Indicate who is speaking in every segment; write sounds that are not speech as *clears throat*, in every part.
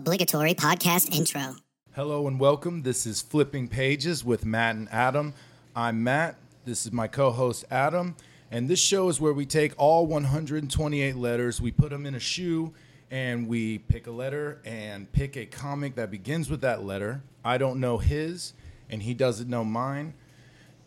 Speaker 1: Obligatory podcast intro.
Speaker 2: Hello and welcome. This is Flipping Pages with Matt and Adam. I'm Matt. This is my co host, Adam. And this show is where we take all 128 letters, we put them in a shoe, and we pick a letter and pick a comic that begins with that letter. I don't know his, and he doesn't know mine.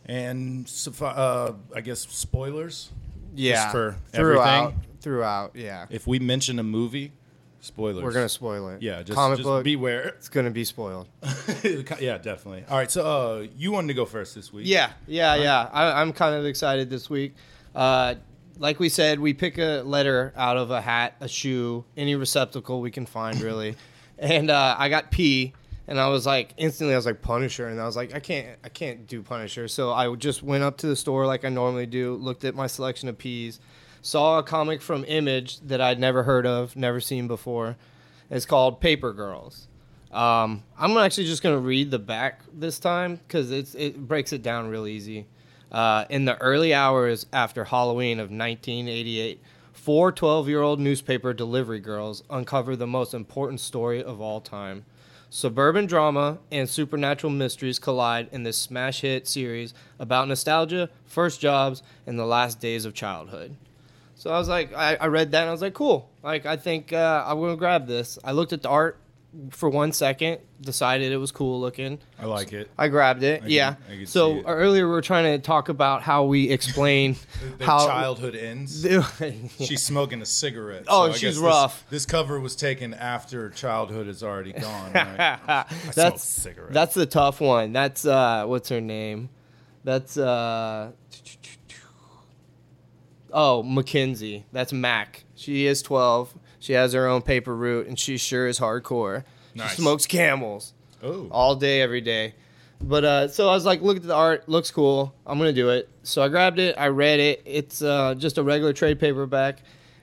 Speaker 2: And suffi- uh, I guess spoilers.
Speaker 3: yeah
Speaker 2: Just for
Speaker 3: throughout
Speaker 2: everything.
Speaker 3: throughout yeah
Speaker 2: If we mention a movie, spoilers.
Speaker 3: we're gonna spoil it
Speaker 2: Yeah, just,
Speaker 3: comic
Speaker 2: just
Speaker 3: book
Speaker 2: beware.
Speaker 3: it's gonna be spoiled
Speaker 2: *laughs* yeah, definitely. All right, so uh, you wanted to go first this week.
Speaker 3: yeah yeah yeah I, i'm kind of excited this week uh like we said we pick a letter out of a hat a shoe any receptacle we can find really and uh i got p and i was like instantly i was like punisher and i was like i can't i can't do punisher so i just went up to the store like i normally do looked at my selection of p's saw a comic from image that i'd never heard of never seen before it's called paper girls Um, I'm actually just gonna read the back this time because it's it breaks it down real easy. Uh, in the early hours after Halloween of 1988, four 12-year-old newspaper delivery girls uncover the most important story of all time. Suburban drama and supernatural mysteries collide in this smash hit series about nostalgia, first jobs, and the last days of childhood. So I was like, I, I read that and I was like, cool. Like, I think uh, I'm going to grab this. I looked at the art for one second, decided it was cool looking.
Speaker 2: I like it.
Speaker 3: I grabbed it.
Speaker 2: can-
Speaker 3: yeah.
Speaker 2: I can see
Speaker 3: so
Speaker 2: it.
Speaker 3: earlier we were trying to talk about how we
Speaker 2: *laughs*
Speaker 3: explain
Speaker 2: Their
Speaker 3: how *laughs*
Speaker 2: childhood ends. She's smoking a cigarette.
Speaker 3: Oh,
Speaker 2: I
Speaker 3: she's
Speaker 2: guess this-
Speaker 3: rough.
Speaker 2: This, cover was taken after childhood is already gone.
Speaker 3: *laughs*
Speaker 2: Right? smoke
Speaker 3: that's
Speaker 2: cigarettes.
Speaker 3: that's the tough one. That's uh, what's her name? That's uh, oh Mackenzie. That's Mac. She is twelve. She has her own paper route, and she sure is hardcore.
Speaker 2: Nice.
Speaker 3: She smokes Camels
Speaker 2: oh,
Speaker 3: all day, every day. But uh, so I was like, look at the art, looks cool. I'm gonna do it. So I grabbed it, I read it. It's uh, just a regular trade paperback.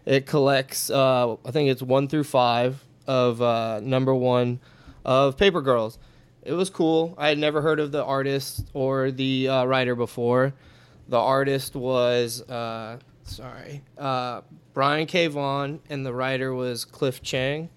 Speaker 3: It collects, uh, I think it's one through five of uh, number one of Paper Girls. It was cool. I had never heard of the artist or the uh, writer before. The artist was, uh, sorry, uh, Brian K. Vaughan, and the writer was Cliff Chang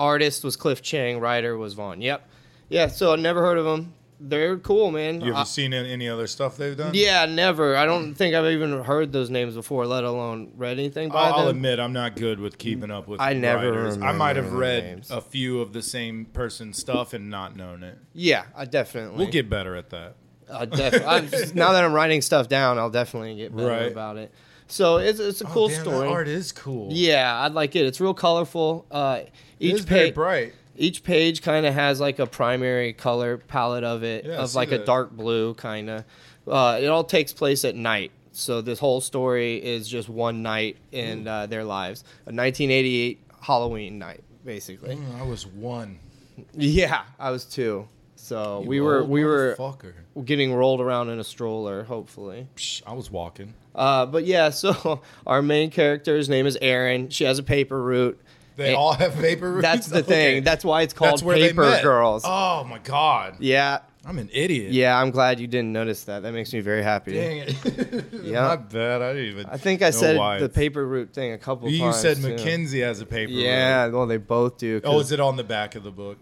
Speaker 3: artist was Cliff Chang, writer was Vaughn. Yep. Yeah, so I never heard of them. They're cool, man.
Speaker 2: you ever
Speaker 3: I-
Speaker 2: seen any, any other stuff they've done?
Speaker 3: uh, yeah, never. I don't think I've even heard those names before, let alone read anything by
Speaker 2: I'll, I'll
Speaker 3: them.
Speaker 2: admit I'm not good with keeping up with.
Speaker 3: I never
Speaker 2: writers. I might have
Speaker 3: remember
Speaker 2: read
Speaker 3: names.
Speaker 2: a few of the same person's stuff and not known it.
Speaker 3: yeah, I definitely.
Speaker 2: We'll get better at that.
Speaker 3: I def- I'm just- now that I'm writing stuff down, I'll definitely get better
Speaker 2: Right.
Speaker 3: about it. So it's, it's a cool
Speaker 2: oh, damn,
Speaker 3: story.
Speaker 2: That art is cool.
Speaker 3: Yeah, I like it. It's real colorful. Uh,
Speaker 2: It
Speaker 3: each
Speaker 2: is very
Speaker 3: pa-
Speaker 2: bright.
Speaker 3: each page kind of has like a primary color palette of it
Speaker 2: Yeah, I
Speaker 3: of
Speaker 2: see
Speaker 3: like
Speaker 2: that.
Speaker 3: a dark blue kind of uh, it all takes place at night so this whole story is just one night in uh, their lives a 1988 halloween night basically
Speaker 2: Mm, I was one.
Speaker 3: *laughs* yeah i was two so
Speaker 2: You
Speaker 3: we were
Speaker 2: old
Speaker 3: we were
Speaker 2: motherfucker.
Speaker 3: getting rolled around in a stroller hopefully
Speaker 2: Psh, I was walking.
Speaker 3: uh, but yeah *laughs* so our main character's name is Erin. she has a paper *laughs* route
Speaker 2: They
Speaker 3: And
Speaker 2: all have paper routes.
Speaker 3: that's the
Speaker 2: *laughs* Okay.
Speaker 3: thing that's why it's called paper girls
Speaker 2: Oh my god,
Speaker 3: yeah
Speaker 2: I'm an idiot.
Speaker 3: Yeah, I'm glad you didn't notice that. That makes me very happy.
Speaker 2: Dang it. *laughs*
Speaker 3: Yeah.
Speaker 2: My bad. I didn't even.
Speaker 3: I think I
Speaker 2: know
Speaker 3: said
Speaker 2: why
Speaker 3: the
Speaker 2: it's-
Speaker 3: paper route thing a couple
Speaker 2: You
Speaker 3: times.
Speaker 2: said
Speaker 3: too.
Speaker 2: Mackenzie has a paper.
Speaker 3: Yeah,
Speaker 2: route.
Speaker 3: well, they both do.
Speaker 2: Oh, is it on the back of the book?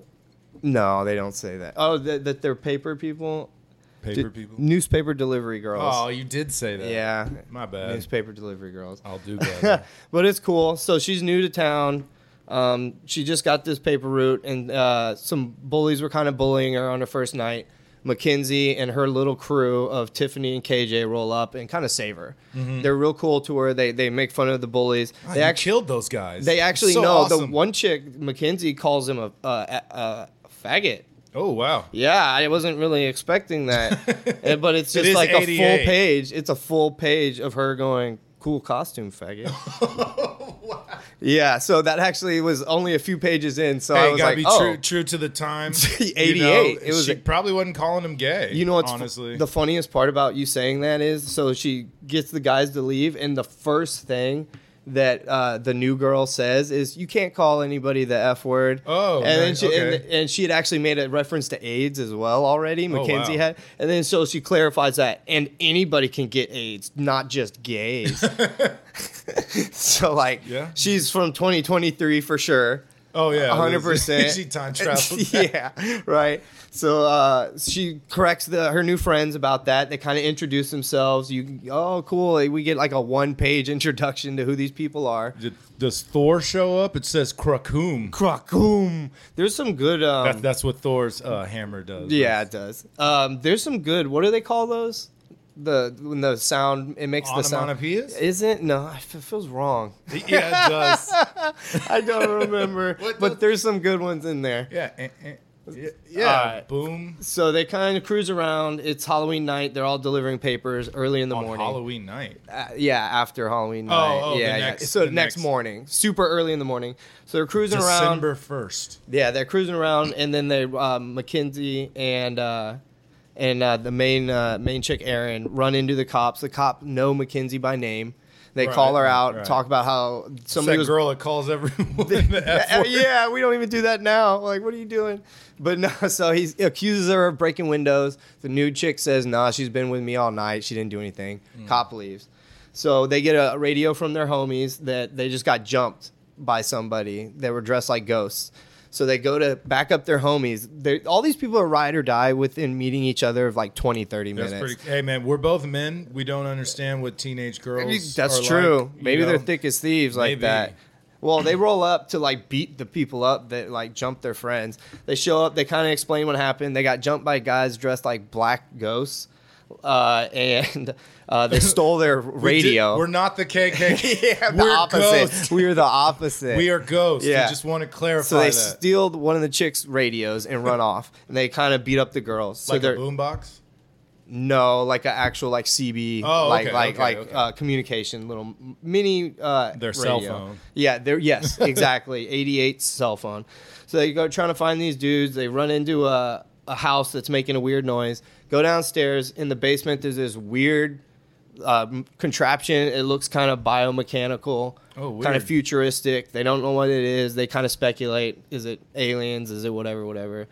Speaker 3: No, they don't say that. Oh, that, that they're paper people?
Speaker 2: Paper
Speaker 3: D-
Speaker 2: people.
Speaker 3: Newspaper delivery girls.
Speaker 2: Oh, you did say that.
Speaker 3: yeah.
Speaker 2: My bad.
Speaker 3: Newspaper delivery girls.
Speaker 2: I'll
Speaker 3: *laughs*
Speaker 2: do better.
Speaker 3: but it's cool. So she's new to town. Um, she just got this paper route, and uh, some bullies were kind of bullying her on her first night. Mackenzie and her little crew of Tiffany and KJ roll up and kind of save her.
Speaker 2: Mm-hmm.
Speaker 3: They're real cool to her. They they make fun of the bullies.
Speaker 2: God,
Speaker 3: they
Speaker 2: you
Speaker 3: actually
Speaker 2: killed those guys.
Speaker 3: they actually
Speaker 2: So
Speaker 3: know
Speaker 2: awesome.
Speaker 3: the one chick Mackenzie calls him a, a, a, a faggot.
Speaker 2: Oh wow.
Speaker 3: Yeah, I wasn't really
Speaker 2: *laughs*
Speaker 3: expecting that, Eh, but it's
Speaker 2: It
Speaker 3: just
Speaker 2: is
Speaker 3: like a
Speaker 2: 88.
Speaker 3: full page. It's a full page of her going, "Cool costume, faggot."
Speaker 2: *laughs*
Speaker 3: Yeah, so that actually was only a few pages in. So I
Speaker 2: Hey,
Speaker 3: was
Speaker 2: gotta
Speaker 3: like,
Speaker 2: be
Speaker 3: "Oh,
Speaker 2: true, true to the time.
Speaker 3: *laughs*
Speaker 2: You know,
Speaker 3: 88. It was
Speaker 2: she
Speaker 3: a-
Speaker 2: probably wasn't calling him gay.
Speaker 3: you know what's f-
Speaker 2: honestly
Speaker 3: the funniest part about you saying that is so she gets the guys to leave, and the first thing." That uh, the new girl says is you can't call anybody the f word.
Speaker 2: Oh,
Speaker 3: and then
Speaker 2: nice,
Speaker 3: she and,
Speaker 2: okay. Oh,
Speaker 3: and she had actually made a reference to AIDS as well already. Mackenzie
Speaker 2: wow.
Speaker 3: had, and then so she clarifies that, and anybody can get AIDS, not
Speaker 2: *laughs*
Speaker 3: just gays. *laughs* so like,
Speaker 2: Yeah.
Speaker 3: she's from 2023 for sure.
Speaker 2: Oh yeah,
Speaker 3: hundred
Speaker 2: Liz.
Speaker 3: percent.
Speaker 2: *laughs* She time traveled.
Speaker 3: *laughs* yeah, right. So uh, she corrects the her new friends about that. They kind of introduce themselves. You oh cool. We get like a one page *laughs* introduction to who these people are.
Speaker 2: Did- Does Thor show up? It says Krakum.
Speaker 3: Krakum. There's some good. Um,
Speaker 2: That, that's what Thor's uh, hammer does.
Speaker 3: yeah, it does. Um, there's some good. What do they call those? The when the sound it makes the sound. *laughs*
Speaker 2: Onomatopoeias?
Speaker 3: Isn't no, it feels wrong.
Speaker 2: yeah, it does. *laughs*
Speaker 3: I don't remember,
Speaker 2: What
Speaker 3: but
Speaker 2: does-
Speaker 3: there's some good ones in there.
Speaker 2: Yeah, eh, eh. yeah.
Speaker 3: All right.
Speaker 2: Boom.
Speaker 3: So they kind of cruise around. It's Halloween night. They're all delivering papers early in the
Speaker 2: On
Speaker 3: morning.
Speaker 2: Halloween night.
Speaker 3: Uh, yeah, after Halloween night.
Speaker 2: oh, the
Speaker 3: yeah, yeah.
Speaker 2: next-
Speaker 3: So
Speaker 2: the
Speaker 3: next,
Speaker 2: next-
Speaker 3: morning, super early in the morning. So they're cruising around.
Speaker 2: December first.
Speaker 3: Yeah, they're cruising around, and then they um, Mackenzie and uh, and uh, the main uh, main chick Erin run into the cops. The cop know Mackenzie by name. They
Speaker 2: Right,
Speaker 3: call her out,
Speaker 2: right.
Speaker 3: talk about how somebody
Speaker 2: That
Speaker 3: was
Speaker 2: girl that calls
Speaker 3: *laughs*
Speaker 2: everyone *laughs* the F
Speaker 3: Uh,
Speaker 2: word.
Speaker 3: yeah, we don't even do that now. Like, what are you doing? But no, *laughs* so he accuses her of breaking windows. The nude chick says, nah, she's been with me all night. She didn't do anything.
Speaker 2: Mm.
Speaker 3: Cop leaves. So they get a radio from their homies that they just got jumped by somebody. They were dressed like ghosts. So they go to back up their homies. They're, all these people are ride or die within meeting each other of like 20, 30
Speaker 2: That's
Speaker 3: minutes.
Speaker 2: pretty. Hey man, we're both men. We don't understand what teenage girls.
Speaker 3: That's
Speaker 2: are
Speaker 3: true.
Speaker 2: like, you
Speaker 3: Maybe
Speaker 2: know?
Speaker 3: they're thick as thieves like
Speaker 2: Maybe.
Speaker 3: that. Well, they roll up to like beat the people up that like jumped their friends. They show up. They kind of explain what happened. They got jumped by guys dressed like black ghosts, uh, *laughs* and
Speaker 2: *laughs*
Speaker 3: uh, they stole their
Speaker 2: We did-
Speaker 3: radio.
Speaker 2: we're not the KKK.
Speaker 3: *laughs* yeah, the
Speaker 2: we're
Speaker 3: opposite.
Speaker 2: ghosts.
Speaker 3: We are the opposite.
Speaker 2: we are ghosts.
Speaker 3: Yeah.
Speaker 2: I just want to clarify
Speaker 3: So they
Speaker 2: that.
Speaker 3: steal one of the chicks' radios and run off, and they kind of beat up the girls. So
Speaker 2: like
Speaker 3: they're
Speaker 2: a boombox.
Speaker 3: no, like an actual like CB,
Speaker 2: Oh,
Speaker 3: like
Speaker 2: okay,
Speaker 3: like
Speaker 2: okay,
Speaker 3: like
Speaker 2: okay.
Speaker 3: Uh, communication, little mini. Uh,
Speaker 2: Their cell
Speaker 3: radio.
Speaker 2: phone.
Speaker 3: Yeah,
Speaker 2: *laughs*
Speaker 3: they're yes, exactly. 88 cell phone. So they go trying to find these dudes. They run into a a house that's making a weird noise. Go downstairs in the basement. There's this weird uh, m- contraption. It looks kind of biomechanical,
Speaker 2: Oh,
Speaker 3: kind
Speaker 2: weird.
Speaker 3: of futuristic. They don't know what it is. They kind of speculate: is it aliens? Is it whatever? Whatever.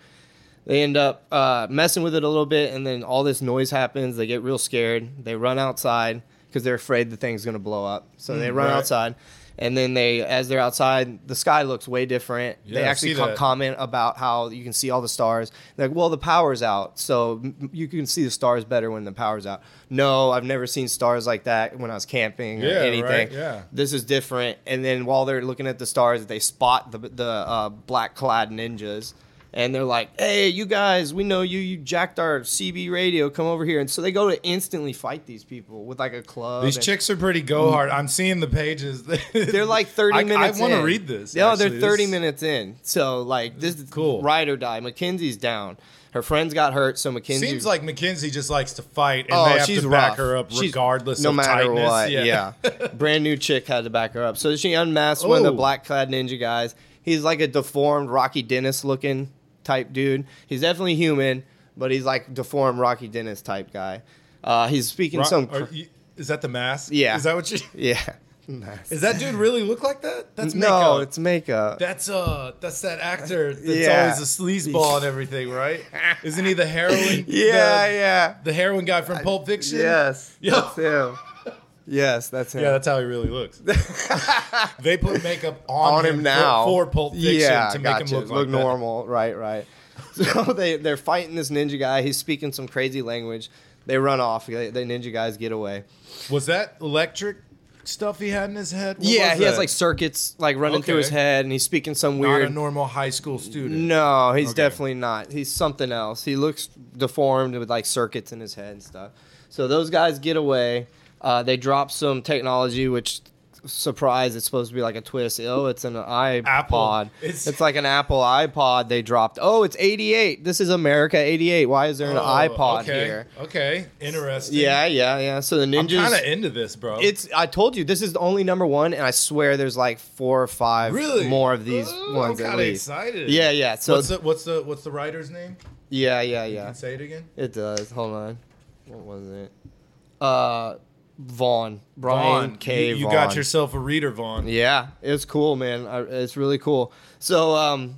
Speaker 3: They end up uh, messing with it a little bit, and then all this noise happens. They get real scared. They run outside because they're afraid the thing's going to blow up. So they run
Speaker 2: Mm, right.
Speaker 3: outside, and then they, as they're outside, the sky looks way different.
Speaker 2: Yeah,
Speaker 3: they
Speaker 2: I've
Speaker 3: actually
Speaker 2: seen
Speaker 3: co-
Speaker 2: that.
Speaker 3: comment about how you can see all the stars. They're like, well, the power's out, so m- you can see the stars better when the power's out. No, I've never seen stars like that when I was camping or
Speaker 2: Yeah,
Speaker 3: anything.
Speaker 2: right, yeah.
Speaker 3: This is different. And then while they're looking at the stars, they spot the the uh, black clad ninjas, and they're like, "Hey, you guys, we know you. You jacked our CB radio. Come over here." And so they go to instantly fight these people with like a club.
Speaker 2: These
Speaker 3: and-
Speaker 2: chicks are pretty go hard. I'm seeing the pages.
Speaker 3: Mm.
Speaker 2: *laughs*
Speaker 3: They're like 30
Speaker 2: I,
Speaker 3: minutes
Speaker 2: I want to
Speaker 3: in.
Speaker 2: read this.
Speaker 3: No,
Speaker 2: actually.
Speaker 3: they're 30
Speaker 2: This-
Speaker 3: minutes in. So, like, this is
Speaker 2: Cool.
Speaker 3: ride or die. Mackenzie's down. Her friends got hurt, so Mackenzie.
Speaker 2: Seems like Mackenzie just likes to fight, and
Speaker 3: oh,
Speaker 2: they have
Speaker 3: she's
Speaker 2: to back
Speaker 3: rough.
Speaker 2: her up
Speaker 3: She's-
Speaker 2: regardless
Speaker 3: no
Speaker 2: of
Speaker 3: matter
Speaker 2: tightness. *laughs*
Speaker 3: what. Yeah. Brand new chick had to back her up. So she unmasked one of the
Speaker 2: Ooh.
Speaker 3: black clad ninja guys. He's like a deformed Rocky Dennis looking type dude. He's definitely human, but he's like deformed Rocky Dennis type guy. Uh, he's speaking
Speaker 2: Ro-
Speaker 3: some.
Speaker 2: are you- is that the mask?
Speaker 3: Yeah.
Speaker 2: Is that what you?
Speaker 3: yeah. *laughs* Nice.
Speaker 2: Is that dude really look like that? That's makeup.
Speaker 3: No, it's makeup.
Speaker 2: that's uh that's that
Speaker 3: *laughs*
Speaker 2: actor that's
Speaker 3: Yeah.
Speaker 2: always a sleazeball and everything,
Speaker 3: *laughs*
Speaker 2: right? Isn't he the heroin?
Speaker 3: yeah,
Speaker 2: the,
Speaker 3: yeah.
Speaker 2: The heroin guy from Pulp Fiction.
Speaker 3: Yes.
Speaker 2: Yo.
Speaker 3: That's him.
Speaker 2: *laughs*
Speaker 3: Yes, that's him.
Speaker 2: Yeah, that's how he really
Speaker 3: *laughs*
Speaker 2: looks. they put makeup on,
Speaker 3: on him
Speaker 2: for-
Speaker 3: now
Speaker 2: for, Pulp Fiction
Speaker 3: Yeah,
Speaker 2: to make
Speaker 3: gotcha.
Speaker 2: him look, like that.
Speaker 3: normal. Right, right. *laughs* So they they're fighting this ninja guy. He's speaking some crazy language. They run off. They- The ninja guys get away.
Speaker 2: Was that electric stuff he had in his head? What
Speaker 3: yeah,
Speaker 2: was
Speaker 3: he has
Speaker 2: that?
Speaker 3: like circuits like running through his
Speaker 2: Okay.
Speaker 3: head, and he's speaking some
Speaker 2: not
Speaker 3: weird.
Speaker 2: a normal high school student.
Speaker 3: No, he's
Speaker 2: Okay.
Speaker 3: definitely not. He's something else. He looks deformed with like circuits in his head and stuff. So those guys get away. Uh, they drop some technology, which surprise, it's supposed to be like a twist. Oh, it's an iPod.
Speaker 2: Apple.
Speaker 3: It's,
Speaker 2: It's-
Speaker 3: like an Apple iPod they dropped. Oh, it's 88. This is America 88. Why is there an
Speaker 2: Oh,
Speaker 3: iPod
Speaker 2: okay,
Speaker 3: here?
Speaker 2: Okay, interesting.
Speaker 3: Yeah, yeah, yeah. So the
Speaker 2: I'm
Speaker 3: ninjas.
Speaker 2: kind of into this, bro.
Speaker 3: It's. I told you this is the only number one, and I swear there's like four or five
Speaker 2: really
Speaker 3: more of these
Speaker 2: Ooh,
Speaker 3: ones
Speaker 2: I'm
Speaker 3: at
Speaker 2: kinda
Speaker 3: least.
Speaker 2: Excited.
Speaker 3: Yeah, yeah. So
Speaker 2: what's the what's the what's the writer's name?
Speaker 3: yeah, yeah, yeah.
Speaker 2: Say it again.
Speaker 3: It does. Hold on. What was it? Uh, Vaughn. Brian K.
Speaker 2: You, you
Speaker 3: Vaughn.
Speaker 2: got yourself a reader, Vaughn.
Speaker 3: Yeah, it's cool, man. I, it's really cool. So, um,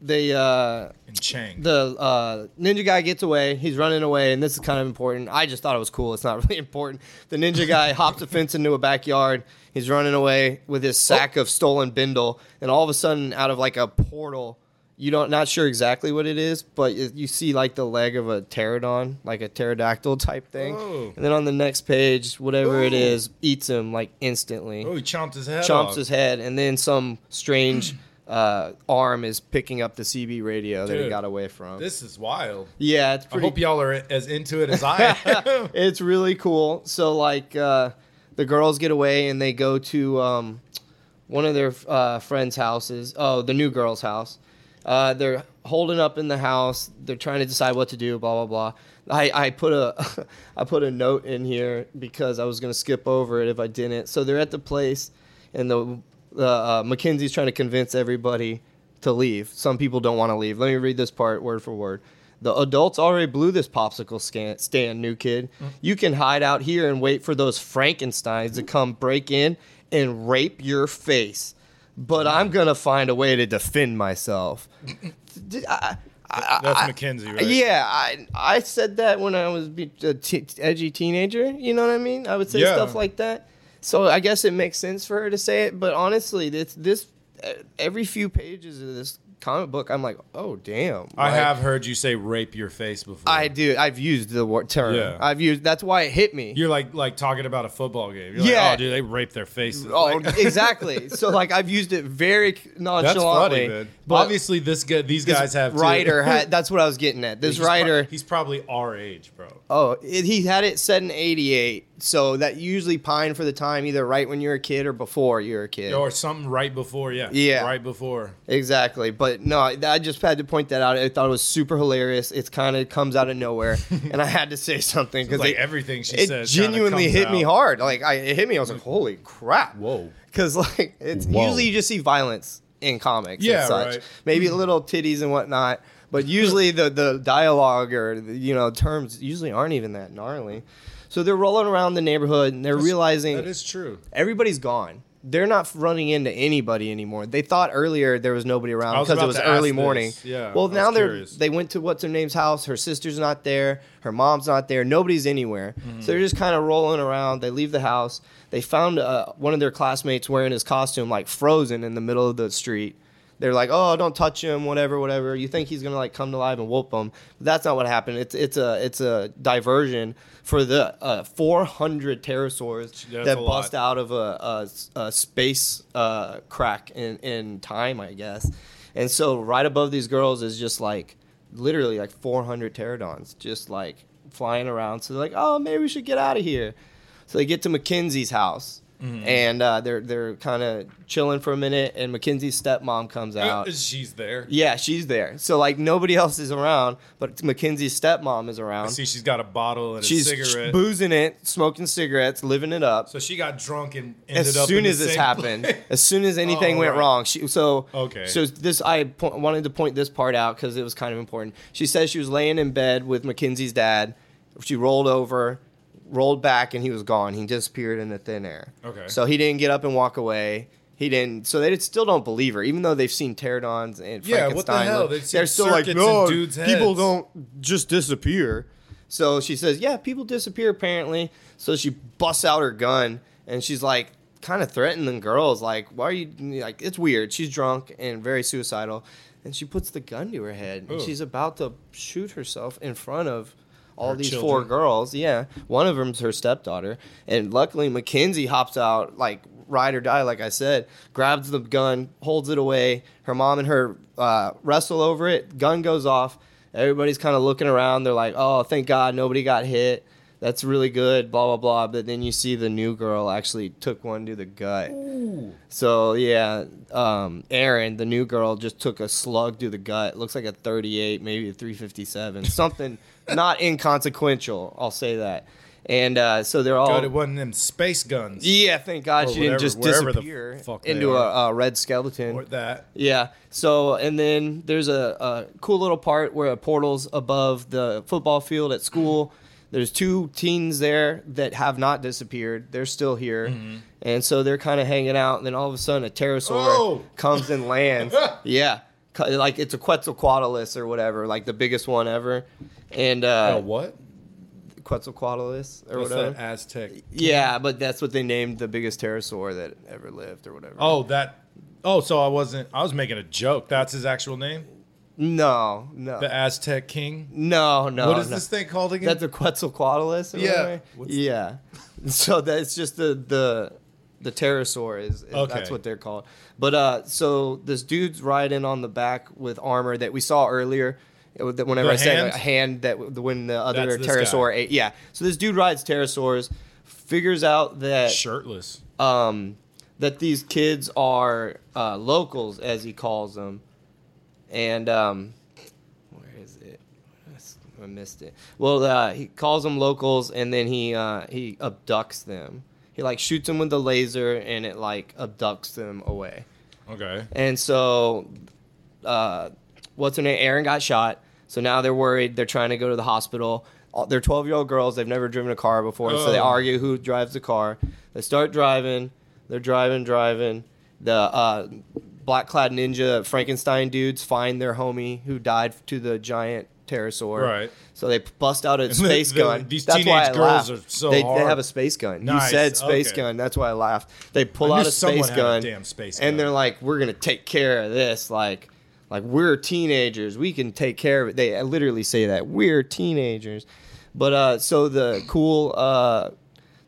Speaker 3: the uh,
Speaker 2: And Chang.
Speaker 3: the uh, ninja guy gets away. He's running away, and this is kind of important. I just thought it was cool. It's not *laughs* really important. The
Speaker 2: *laughs*
Speaker 3: ninja guy hops a fence into a backyard. He's running away with his sack of stolen bindle, and all of a sudden, out of like a portal, you don't not sure exactly what it is, but you you see like the leg of a pterodon, like a pterodactyl type thing.
Speaker 2: Oh.
Speaker 3: And then on the next page, whatever it
Speaker 2: Ooh.
Speaker 3: is, eats him like instantly
Speaker 2: oh, he chomped his head
Speaker 3: chomps
Speaker 2: off.
Speaker 3: his head, and then some strange uh, arm is picking up the CB radio that he
Speaker 2: Dude,
Speaker 3: got away from.
Speaker 2: This is wild.
Speaker 3: yeah, it's
Speaker 2: I
Speaker 3: pretty.
Speaker 2: hope y'all are as into it as I am.
Speaker 3: *laughs* it's really cool. So like, uh, the girls get away and they go to um, one of their uh, friends' houses. Oh, the new girl's house. Uh, they're holding up in the house. They're trying to decide what to do. Blah blah blah. I, I put a *laughs* I put a note in here because I was gonna skip over it if I didn't. So they're at the place, and the the uh, Mackenzie's trying to convince everybody to leave. Some people don't want to leave. Let me read this part word for word. The adults already blew this popsicle scan- stand, new kid. You can hide out here and wait for those Frankensteins to come break in and rape your face. But I'm going to find a way to defend myself. Did I-
Speaker 2: That's Mackenzie, right?
Speaker 3: Uh, Yeah, I I said that when I was be- a t- edgy teenager. You know what I mean? I would say
Speaker 2: Yeah.
Speaker 3: stuff like that. So I guess it makes sense for her to say it. But honestly, this this uh, every few pages of this comic book, I'm like, oh damn.
Speaker 2: I
Speaker 3: Like,
Speaker 2: have heard you say "rape your face" before.
Speaker 3: I do. I've used the word term.
Speaker 2: Yeah.
Speaker 3: I've used. That's why it hit me.
Speaker 2: You're like like talking about a football game. You're
Speaker 3: Yeah.
Speaker 2: like, oh, dude, they rape their faces.
Speaker 3: oh,
Speaker 2: Like, *laughs*
Speaker 3: exactly. So like I've used it very
Speaker 2: that's
Speaker 3: nonchalantly.
Speaker 2: funny, man.
Speaker 3: but
Speaker 2: Obviously, this guy, these
Speaker 3: this
Speaker 2: guys have too. *laughs*
Speaker 3: writer. Had, that's what I was getting at. This
Speaker 2: He's pro-
Speaker 3: writer.
Speaker 2: he's probably our age, bro.
Speaker 3: Oh, it, he had it set in '88, so that usually pine for the time either right when you're a kid or before you're a kid.
Speaker 2: Or something right before, yeah,
Speaker 3: Yeah.
Speaker 2: right before.
Speaker 3: exactly, but no, I I just had to point that out. I thought it was super hilarious. It's kind of comes out of
Speaker 2: *laughs*
Speaker 3: nowhere, and I had to say something because
Speaker 2: like everything she
Speaker 3: it
Speaker 2: says kinda
Speaker 3: genuinely
Speaker 2: comes
Speaker 3: hit me
Speaker 2: out.
Speaker 3: hard. Like I, it hit me. I was like, "Holy crap!"
Speaker 2: Whoa.
Speaker 3: Because like it's
Speaker 2: Whoa.
Speaker 3: usually you just see violence in comics.
Speaker 2: Yeah,
Speaker 3: and such.
Speaker 2: right. Mm-hmm.
Speaker 3: Maybe little titties and whatnot. But usually the the dialogue or the, you know terms usually aren't even that gnarly. So they're rolling around the neighborhood and they're realizing
Speaker 2: That is true.
Speaker 3: everybody's gone. They're not running into anybody anymore. They thought earlier there was nobody
Speaker 2: I
Speaker 3: around
Speaker 2: was
Speaker 3: because it
Speaker 2: about
Speaker 3: was
Speaker 2: to
Speaker 3: early
Speaker 2: ask
Speaker 3: morning.
Speaker 2: this. Yeah, I
Speaker 3: Well,
Speaker 2: was
Speaker 3: now they're
Speaker 2: curious.
Speaker 3: they went to what's her name's house. Her sister's not there. Her mom's not there. Nobody's anywhere. So they're just kind of rolling around. They leave the house. They found uh, one of their classmates wearing his costume like frozen in the middle of the street. They're like, "Oh, don't touch him, whatever, whatever." You think he's gonna like come to life and whoop him, but that's not what happened. It's it's a it's a diversion for the uh, 400 pterosaurs
Speaker 2: That's
Speaker 3: that
Speaker 2: a lot.
Speaker 3: bust out out of a, a- a space uh, crack in, in time, I guess. And so right above these girls is just like literally like 400 pterodons just like flying around. So they're like, oh, maybe we should get out of here. So they get to Mackenzie's house.
Speaker 2: Mm-hmm.
Speaker 3: And uh, they're they're kind of chilling for a minute, and Mackenzie's stepmom comes out.
Speaker 2: She's there.
Speaker 3: Yeah, she's there. So like nobody else is around, but Mackenzie's stepmom is around.
Speaker 2: See, she's got a bottle and
Speaker 3: She's
Speaker 2: a cigarette.
Speaker 3: boozing it, smoking cigarettes, living it up
Speaker 2: so she got drunk and ended
Speaker 3: as
Speaker 2: up
Speaker 3: soon
Speaker 2: in
Speaker 3: as
Speaker 2: the
Speaker 3: this
Speaker 2: same
Speaker 3: happened,
Speaker 2: place.
Speaker 3: as soon as
Speaker 2: *laughs*
Speaker 3: anything
Speaker 2: Oh,
Speaker 3: went
Speaker 2: right.
Speaker 3: wrong, she so
Speaker 2: Okay.
Speaker 3: So this I po- wanted to point this part out because it was kind of important. She says she was laying in bed with Mackenzie's dad. She rolled over, rolled back, and he was gone. He disappeared into thin air.
Speaker 2: Okay.
Speaker 3: So he didn't get up and walk away. He didn't. So they still don't believe her, even though they've seen pterodons and
Speaker 2: Yeah,
Speaker 3: Frankenstein.
Speaker 2: what the hell? They've seen
Speaker 3: are still like,
Speaker 2: circuits
Speaker 3: no,
Speaker 2: in dudes'
Speaker 3: people
Speaker 2: heads."
Speaker 3: don't just disappear. So she says, "Yeah, people disappear apparently." So she busts out her gun and she's like, kind of threatening girls, like, "Why are you like?" It's weird. She's drunk and very suicidal, and she puts the gun to her head
Speaker 2: Ooh.
Speaker 3: and she's about to shoot herself in front of all
Speaker 2: Her
Speaker 3: these four
Speaker 2: children.
Speaker 3: girls. Yeah, one of them's her stepdaughter, and luckily Mackenzie hops out like ride or die, like I said, grabs the gun, holds it away. Her mom and her uh, wrestle over it. Gun goes off. Everybody's kind of looking around. They're like, "Oh, thank God, nobody got hit. That's really good." Blah blah blah. But then you see the new girl actually took one to the gut. So yeah, um, Aaron, the new girl, just took a slug to the gut. Looks like a 38, maybe
Speaker 2: *laughs*
Speaker 3: a 357, something not inconsequential. I'll say that. And uh, so they're all
Speaker 2: God, it wasn't them space guns.
Speaker 3: yeah. Thank God
Speaker 2: Or
Speaker 3: she didn't
Speaker 2: whatever-
Speaker 3: just
Speaker 2: wherever the
Speaker 3: disappear
Speaker 2: fuck they
Speaker 3: into a,
Speaker 2: are.
Speaker 3: a red skeleton.
Speaker 2: Or that.
Speaker 3: Yeah. So, and then there's a, a cool little part where a portal's above the football field at school. There's two teens there that have not disappeared. They're still here. And so they're kind of hanging out. And then all of a sudden, a pterosaur
Speaker 2: Oh!
Speaker 3: comes and lands. yeah. co- like it's a Quetzalcoatlus or whatever, like the biggest one ever, and
Speaker 2: A
Speaker 3: uh,
Speaker 2: what?
Speaker 3: Quetzalcoatlus or
Speaker 2: Oh, What's
Speaker 3: whatever.
Speaker 2: that Aztec?
Speaker 3: Yeah, but that's what they named the biggest pterosaur that ever lived or whatever.
Speaker 2: Oh, that. Oh, so I wasn't. I was making a joke. That's his actual name,
Speaker 3: no, no,
Speaker 2: the Aztec King.
Speaker 3: no, no.
Speaker 2: what is
Speaker 3: no.
Speaker 2: this thing called again?
Speaker 3: That's a Quetzalcoatlus. Or
Speaker 2: Yeah.
Speaker 3: whatever?
Speaker 2: What's-
Speaker 3: yeah. So that's just the the the pterosaur is, is
Speaker 2: Okay.
Speaker 3: that's what they're called. But uh, so this dude's riding on the back with armor that we saw earlier. It was- that Whenever
Speaker 2: The
Speaker 3: I said
Speaker 2: hand?
Speaker 3: a hand that w- when the other
Speaker 2: That's this
Speaker 3: pterosaur ate, yeah. So this dude rides pterosaurs, figures out that
Speaker 2: shirtless.
Speaker 3: um, that these kids are uh, locals, as he calls them, and um, where is it? I missed it. Well, uh, he calls them locals, and then he uh, he abducts them. He like shoots them with the laser, and it like abducts them away.
Speaker 2: Okay.
Speaker 3: And so, uh, what's her name? Aaron got shot. So now they're worried. They're trying to go to the hospital. All- They're 12 year old girls. They've never driven a car before. So they
Speaker 2: Oh.
Speaker 3: argue who drives the car. They start driving. They're driving, driving. The uh, black clad ninja Frankenstein dudes find their homie who died to the giant pterosaur.
Speaker 2: Right.
Speaker 3: So they bust out a
Speaker 2: the-
Speaker 3: space
Speaker 2: the-
Speaker 3: gun.
Speaker 2: these
Speaker 3: That's why
Speaker 2: teenage
Speaker 3: I
Speaker 2: girls
Speaker 3: laughed.
Speaker 2: are so
Speaker 3: they,
Speaker 2: hard.
Speaker 3: they have a space gun.
Speaker 2: Nice,
Speaker 3: You said space
Speaker 2: okay.
Speaker 3: gun. That's why I laughed. They pull
Speaker 2: I
Speaker 3: out
Speaker 2: knew
Speaker 3: a space
Speaker 2: someone had a
Speaker 3: gun.
Speaker 2: damn space gun.
Speaker 3: And they're like, we're gonna take care of this. Like, like we're teenagers. We can take care of it. They literally say that we're teenagers. But uh, so the cool uh,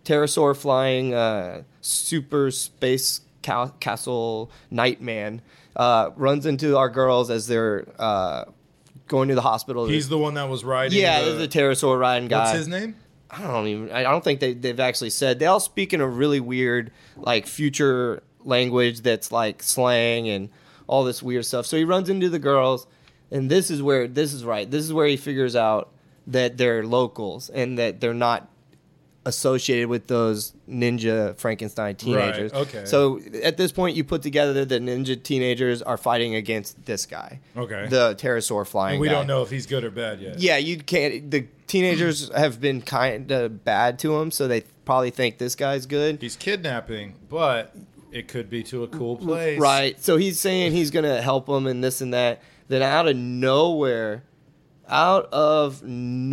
Speaker 3: pterosaur flying uh, super space ca- castle nightman uh, runs into our girls as they're uh, going to the hospital.
Speaker 2: He's the one that was riding.
Speaker 3: yeah,
Speaker 2: The,
Speaker 3: there's a pterosaur riding guy.
Speaker 2: what's his name?
Speaker 3: I don't even. I don't think they they've actually said. They all speak in a really weird like future language that's like slang and all this weird stuff. So he runs into the girls, and this is where this is right. This is where he figures out that they're locals and that they're not associated with those ninja Frankenstein teenagers.
Speaker 2: okay.
Speaker 3: So at this point, you put together that the ninja teenagers are fighting against this guy.
Speaker 2: Okay.
Speaker 3: The pterosaur flying.
Speaker 2: And we
Speaker 3: guy.
Speaker 2: don't know if he's good or bad yet.
Speaker 3: Yeah, you can't. The
Speaker 2: *clears throat*
Speaker 3: teenagers have been kind of bad to him, so they probably think this guy's good.
Speaker 2: He's kidnapping, but it could be to a cool place.
Speaker 3: Right. So he's saying he's going to help them and this and that. Then out of nowhere, out of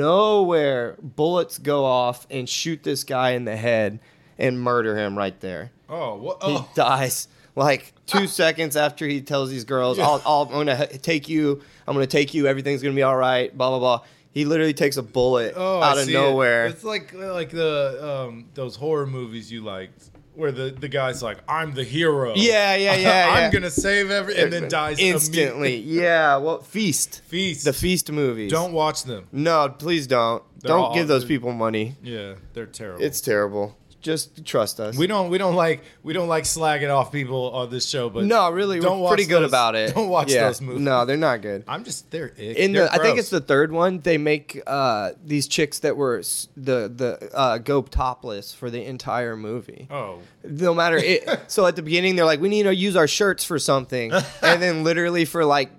Speaker 3: nowhere, bullets go off and shoot this guy in the head and murder him right there.
Speaker 2: Oh, what?
Speaker 3: He
Speaker 2: Oh,
Speaker 3: dies like
Speaker 2: *laughs*
Speaker 3: two seconds after he tells these girls, I'll, I'll, I'm going to take you. I'm going to take you. Everything's going to be all right. Blah, blah, blah. He literally takes a bullet
Speaker 2: oh I
Speaker 3: out of
Speaker 2: see it.
Speaker 3: nowhere.
Speaker 2: It's like like the um those horror movies you liked, where the the guy's like, "I'm the hero."
Speaker 3: Yeah, yeah, yeah,
Speaker 2: *laughs* I'm
Speaker 3: yeah.
Speaker 2: gonna save every, and then dies *laughs*
Speaker 3: instantly.
Speaker 2: immediately.
Speaker 3: yeah, well, feast.
Speaker 2: Feast.
Speaker 3: The feast movies.
Speaker 2: Don't watch them.
Speaker 3: No, please don't.
Speaker 2: They're
Speaker 3: don't
Speaker 2: all-
Speaker 3: give those
Speaker 2: they're-
Speaker 3: people money.
Speaker 2: Yeah, they're terrible.
Speaker 3: It's terrible. Just trust us.
Speaker 2: We don't we don't like we don't like slagging off people on this show, but
Speaker 3: no, really,
Speaker 2: don't
Speaker 3: we're
Speaker 2: watch
Speaker 3: pretty good
Speaker 2: those-
Speaker 3: about
Speaker 2: *laughs*
Speaker 3: it.
Speaker 2: Don't watch
Speaker 3: Yeah.
Speaker 2: those movies.
Speaker 3: No, they're not good.
Speaker 2: I'm just they're ick.
Speaker 3: In
Speaker 2: They're
Speaker 3: the, I think
Speaker 2: gross.
Speaker 3: it's the third one. They make uh, these chicks that were s- the the uh, go topless for the entire movie.
Speaker 2: oh
Speaker 3: no matter it.
Speaker 2: *laughs*
Speaker 3: so at the beginning, they're like, we need to use our shirts for something, and then literally for like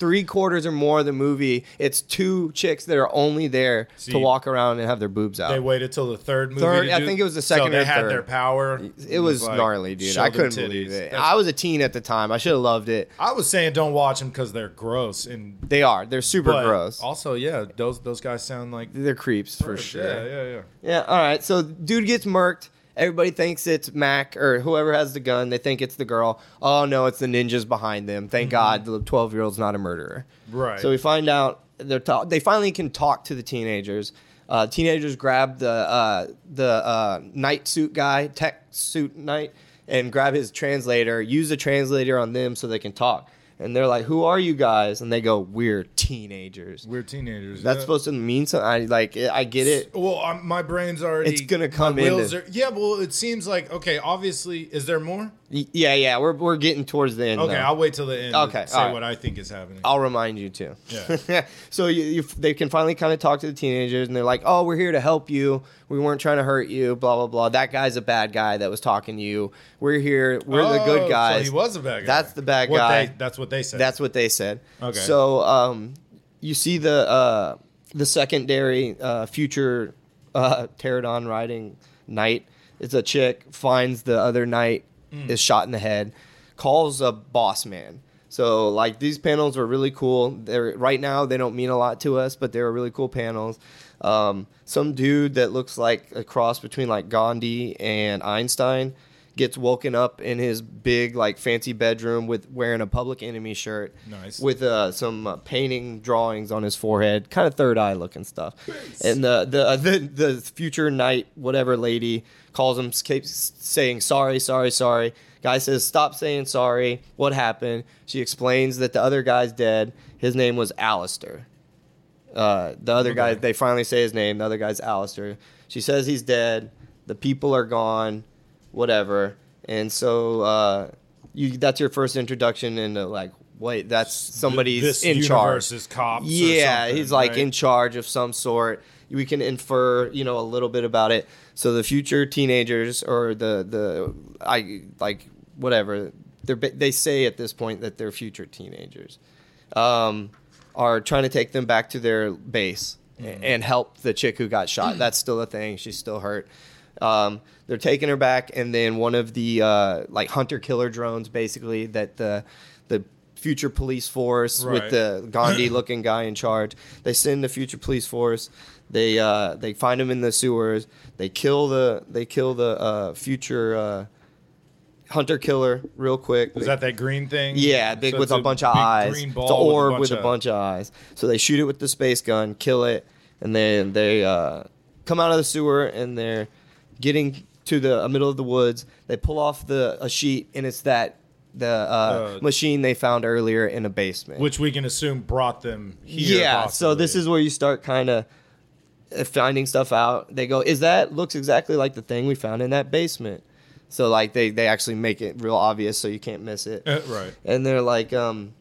Speaker 3: three quarters or more of the movie, it's two chicks that are only there
Speaker 2: See,
Speaker 3: to walk around and have their boobs out.
Speaker 2: they waited till the third movie.
Speaker 3: Third-
Speaker 2: to
Speaker 3: I
Speaker 2: do-
Speaker 3: think it was the
Speaker 2: so
Speaker 3: second
Speaker 2: they
Speaker 3: or
Speaker 2: had
Speaker 3: third.
Speaker 2: their power.
Speaker 3: it was
Speaker 2: like,
Speaker 3: gnarly, dude.
Speaker 2: show
Speaker 3: I
Speaker 2: them
Speaker 3: couldn't believe
Speaker 2: titties.
Speaker 3: it.
Speaker 2: That's-
Speaker 3: I was a teen at the time. I should have loved it.
Speaker 2: I was saying don't watch them because they're gross and
Speaker 3: They are. They're super
Speaker 2: but
Speaker 3: gross.
Speaker 2: Also, yeah, those those guys sound like
Speaker 3: They're creeps for sure.
Speaker 2: Yeah, yeah, yeah.
Speaker 3: Yeah, all right. So dude gets murked. Everybody thinks it's Mac or whoever has the gun. They think it's the girl. Oh no, it's the ninjas behind them. Thank God the twelve year old's not a murderer.
Speaker 2: Mm-hmm. Right.
Speaker 3: So we find out they're ta- they finally can talk to the teenagers. Uh, teenagers grab the uh, the uh, night suit guy, tech suit knight, and grab his translator. Use the translator on them so they can talk. And they're like, "Who are you guys?" And they go, "We're teenagers."
Speaker 2: We're teenagers.
Speaker 3: That's
Speaker 2: yeah.
Speaker 3: supposed to mean something. I like. I get it.
Speaker 2: Well, I'm, my brain's already.
Speaker 3: It's gonna
Speaker 2: my
Speaker 3: come in
Speaker 2: wheels
Speaker 3: to-
Speaker 2: Are, yeah, well, it seems like okay. Obviously, is there more?
Speaker 3: Y- Yeah, yeah, we're we're getting towards the end.
Speaker 2: Okay,
Speaker 3: now.
Speaker 2: I'll wait till the end.
Speaker 3: Okay,
Speaker 2: to say
Speaker 3: all right. Oh,
Speaker 2: what I think is happening.
Speaker 3: I'll remind you too.
Speaker 2: Yeah.
Speaker 3: *laughs* so you, you, they can finally kind of talk to the teenagers, and they're like, "Oh, we're here to help you. We weren't trying to hurt you. Blah blah blah. That guy's a bad guy that was talking to you. We're here. We're the
Speaker 2: Oh,
Speaker 3: good guys.
Speaker 2: So he was a bad guy.
Speaker 3: That's the bad
Speaker 2: What
Speaker 3: guy.
Speaker 2: They, that's what they said.
Speaker 3: That's what they said.
Speaker 2: Okay.
Speaker 3: So um, you see the uh, the secondary uh, future uh, pterodon riding knight. It's a chick finds the other knight is shot in the head, calls a boss man. So like these panels were really cool. They're right now they don't mean a lot to us, but they were really cool panels. Um, some dude that looks like a cross between like Gandhi and Einstein gets woken up in his big like fancy bedroom with wearing a Public Enemy shirt,
Speaker 2: Nice.
Speaker 3: with uh, some uh, painting drawings on his forehead, kind of third eye looking stuff. And the the, uh, *laughs* the the future knight whatever lady calls him, keeps saying sorry, sorry, sorry. Guy says stop saying sorry. What happened? She explains that the other guy's dead. His name was Alistair. Uh, the other guy, they finally say his name. The other guy's Alistair. She says he's dead. The people are gone, whatever. And so uh, you, that's your first introduction into like, wait, that's somebody's
Speaker 2: this
Speaker 3: in
Speaker 2: universe
Speaker 3: charge.
Speaker 2: is cops or
Speaker 3: Yeah,
Speaker 2: something,
Speaker 3: he's like
Speaker 2: right?
Speaker 3: in charge of some sort. We can infer, you know, a little bit about it. So the future teenagers or the the I like whatever they they say at this point that they're future teenagers um, are trying to take them back to their base and help the chick who got shot. That's still a thing. She's still hurt. Um, they're taking her back, and then one of the uh, like hunter killer drones, basically that the the future police force
Speaker 2: Right.
Speaker 3: with the Gandhi looking guy in charge. They send the future police force. They uh, they find him in the sewers. They kill the they kill the uh, future uh, hunter killer real quick.
Speaker 2: Is
Speaker 3: They-
Speaker 2: that that green thing?
Speaker 3: yeah, big
Speaker 2: So
Speaker 3: with
Speaker 2: it's
Speaker 3: a bunch of
Speaker 2: big
Speaker 3: eyes.
Speaker 2: Green
Speaker 3: It's
Speaker 2: ball
Speaker 3: an orb
Speaker 2: with a bunch,
Speaker 3: of eyes. So they shoot it with the space gun, kill it, and then they uh, come out of the sewer and they're getting to the uh, middle of the woods. They pull off the a sheet, and it's that the uh,
Speaker 2: Uh,
Speaker 3: machine they found earlier in a basement.
Speaker 2: which we can assume brought them here.
Speaker 3: yeah, so
Speaker 2: possibly.
Speaker 3: this is where you start kind of finding stuff out. They go, "Is that looks exactly like the thing we found in that basement?" So like they they actually make it real obvious, so you can't miss it
Speaker 2: Uh, right.
Speaker 3: and they're like, um,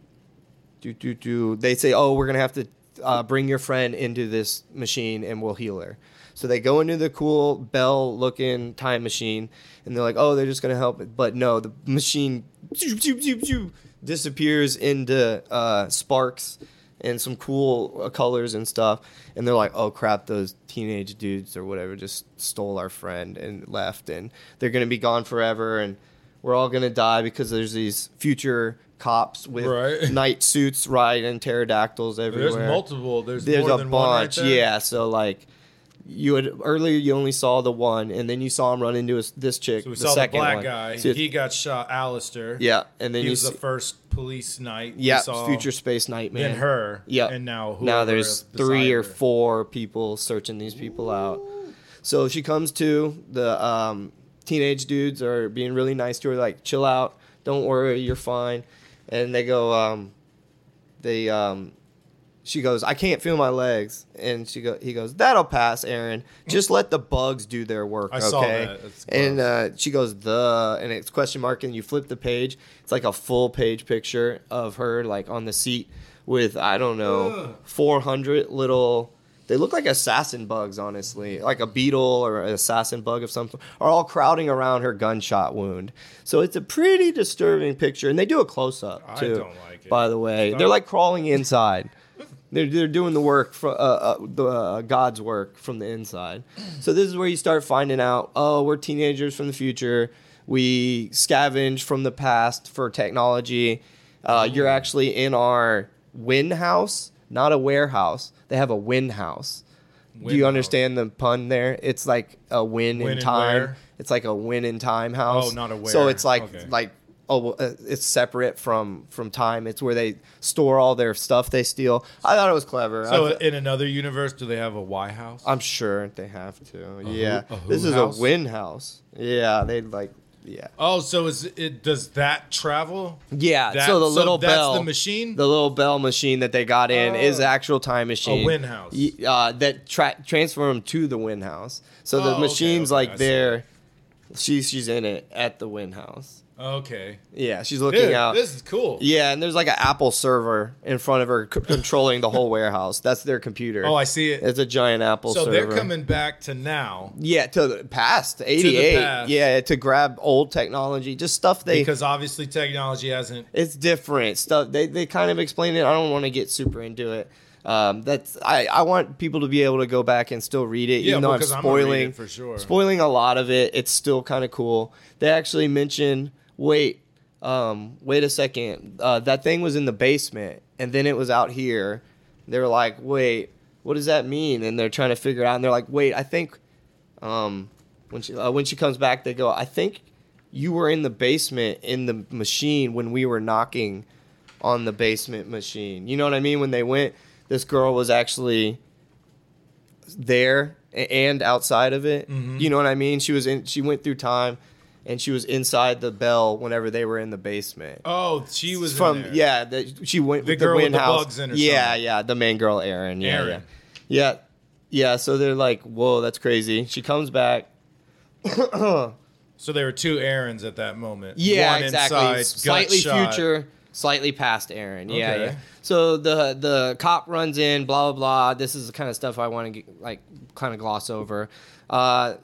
Speaker 3: do do do. They say, oh, we're gonna have to uh, bring your friend into this machine, and we'll heal her. So they go into the cool bell-looking time machine, and they're like, oh, they're just gonna help it. But no, the machine zoop, zoop, zoop, zoop, disappears into uh, sparks and some cool uh, colors and stuff. And they're like, oh crap, those teenage dudes or whatever just stole our friend and left, and they're gonna be gone forever. And we're all gonna die because there's these future cops with
Speaker 2: Right.
Speaker 3: night suits riding pterodactyls everywhere.
Speaker 2: There's multiple. There's,
Speaker 3: There's
Speaker 2: more
Speaker 3: a
Speaker 2: than one right
Speaker 3: bunch,
Speaker 2: there?
Speaker 3: yeah. So like, you had earlier you only saw the one, and then you saw him run into his, this chick.
Speaker 2: So we
Speaker 3: the
Speaker 2: saw the
Speaker 3: second
Speaker 2: black
Speaker 3: one.
Speaker 2: guy.
Speaker 3: So-
Speaker 2: he got shot. Alistair.
Speaker 3: yeah, and then
Speaker 2: He
Speaker 3: you
Speaker 2: was
Speaker 3: see,
Speaker 2: the first police knight. we
Speaker 3: yeah
Speaker 2: saw.
Speaker 3: future space nightmare.
Speaker 2: Then her.
Speaker 3: Yep.
Speaker 2: And now
Speaker 3: now
Speaker 2: whoever
Speaker 3: there's
Speaker 2: beside
Speaker 3: three or
Speaker 2: her.
Speaker 3: four people searching these people out. So she comes to the um, teenage dudes are being really nice to her, like chill out, don't worry, you're fine. And they go, um, they um, she goes, I can't feel my legs, and she go, he goes, that'll pass, Aaron. Just let the bugs do their work.
Speaker 2: I
Speaker 3: okay?
Speaker 2: saw that. That's
Speaker 3: and
Speaker 2: gross.
Speaker 3: uh, she goes the, and it's question mark, and you flip the page. It's like a full page picture of her like on the seat with I don't know four hundred little. They look like assassin bugs, honestly, like a beetle or an assassin bug of some sort, are all crowding around her gunshot wound. So it's a pretty disturbing picture, and they do a close up
Speaker 2: I
Speaker 3: too.
Speaker 2: don't like it.
Speaker 3: By the way,
Speaker 2: Stop.
Speaker 3: they're like crawling inside. They're, they're doing the work for uh, uh, the uh, God's work from the inside. So this is where you start finding out. Oh, we're teenagers from the future. We scavenge from the past for technology. Uh, you're actually in our wind house, not a warehouse. They have a wind house. Do
Speaker 2: Wind
Speaker 3: you
Speaker 2: house.
Speaker 3: understand the pun there? It's like a win,
Speaker 2: Win
Speaker 3: in
Speaker 2: and
Speaker 3: time.
Speaker 2: where?
Speaker 3: It's like a win in time house.
Speaker 2: Oh, not a
Speaker 3: So
Speaker 2: where.
Speaker 3: it's like
Speaker 2: Okay.
Speaker 3: like oh, well, uh, it's separate from from time. It's where they store all their stuff they steal. I thought it was clever.
Speaker 2: So
Speaker 3: I th-
Speaker 2: in another universe, do they have a Y house?
Speaker 3: I'm sure they have to. yeah,
Speaker 2: a who
Speaker 3: this is
Speaker 2: house?
Speaker 3: a win house. Yeah, they like yeah.
Speaker 2: oh, so is it? Does that travel?
Speaker 3: Yeah,
Speaker 2: That-
Speaker 3: so the
Speaker 2: so
Speaker 3: little
Speaker 2: that's
Speaker 3: bell,
Speaker 2: the machine?
Speaker 3: the little bell machine that they got in is the actual time machine,
Speaker 2: wind house.
Speaker 3: Y- uh, that tra- transfer them to the wind house. So
Speaker 2: Oh,
Speaker 3: the
Speaker 2: okay,
Speaker 3: machine's
Speaker 2: okay, I
Speaker 3: like
Speaker 2: see.
Speaker 3: there. She's she's in it at the wind house.
Speaker 2: Okay.
Speaker 3: Yeah, she's looking
Speaker 2: Dude,
Speaker 3: out.
Speaker 2: this is cool.
Speaker 3: yeah, and there's like an Apple server in front of her c- controlling the whole warehouse. That's their computer.
Speaker 2: Oh, I see it.
Speaker 3: It's a giant Apple
Speaker 2: so
Speaker 3: server.
Speaker 2: they're coming back to now
Speaker 3: Yeah, to the past, 88.
Speaker 2: past.
Speaker 3: Yeah, to grab old technology, just stuff they
Speaker 2: because obviously technology hasn't.
Speaker 3: it's different stuff. They they kind of explain it. I don't want to get super into it. Um, that's I, I want people to be able to go back and still read it,
Speaker 2: Yeah,
Speaker 3: even though
Speaker 2: well,
Speaker 3: I'm
Speaker 2: 'cause I'm gonna read
Speaker 3: spoiling
Speaker 2: it for sure.
Speaker 3: spoiling a lot of it. It's still kind of cool. They actually mention wait, um, wait a second, uh, that thing was in the basement and then it was out here. They were like, wait, what does that mean? And they're trying to figure it out. And they're like, wait, I think um, when she uh, when she comes back, they go, I think you were in the basement in the machine when we were knocking on the basement machine. You know what I mean? When they went, this girl was actually there a- and outside of it.
Speaker 2: Mm-hmm.
Speaker 3: You know what I mean? She was in. She went through time, and she was inside the bell whenever they were in the basement.
Speaker 2: Oh, she was in
Speaker 3: from
Speaker 2: there.
Speaker 3: yeah, the, she went
Speaker 2: The
Speaker 3: with
Speaker 2: girl
Speaker 3: the
Speaker 2: with the
Speaker 3: house.
Speaker 2: bugs in her
Speaker 3: yeah,
Speaker 2: stomach.
Speaker 3: yeah, the main girl, Erin. Yeah,
Speaker 2: Erin.
Speaker 3: yeah, yeah, yeah. So they're like, "Whoa, that's crazy." She comes back.
Speaker 2: So there were two errands at that moment.
Speaker 3: Yeah,
Speaker 2: One
Speaker 3: exactly.
Speaker 2: Inside, gut
Speaker 3: slightly
Speaker 2: shot.
Speaker 3: future, slightly past Aaron. Yeah,
Speaker 2: Okay.
Speaker 3: yeah. So the the cop runs in, blah blah blah. This is the kind of stuff I want to get, like kind of gloss over. Uh,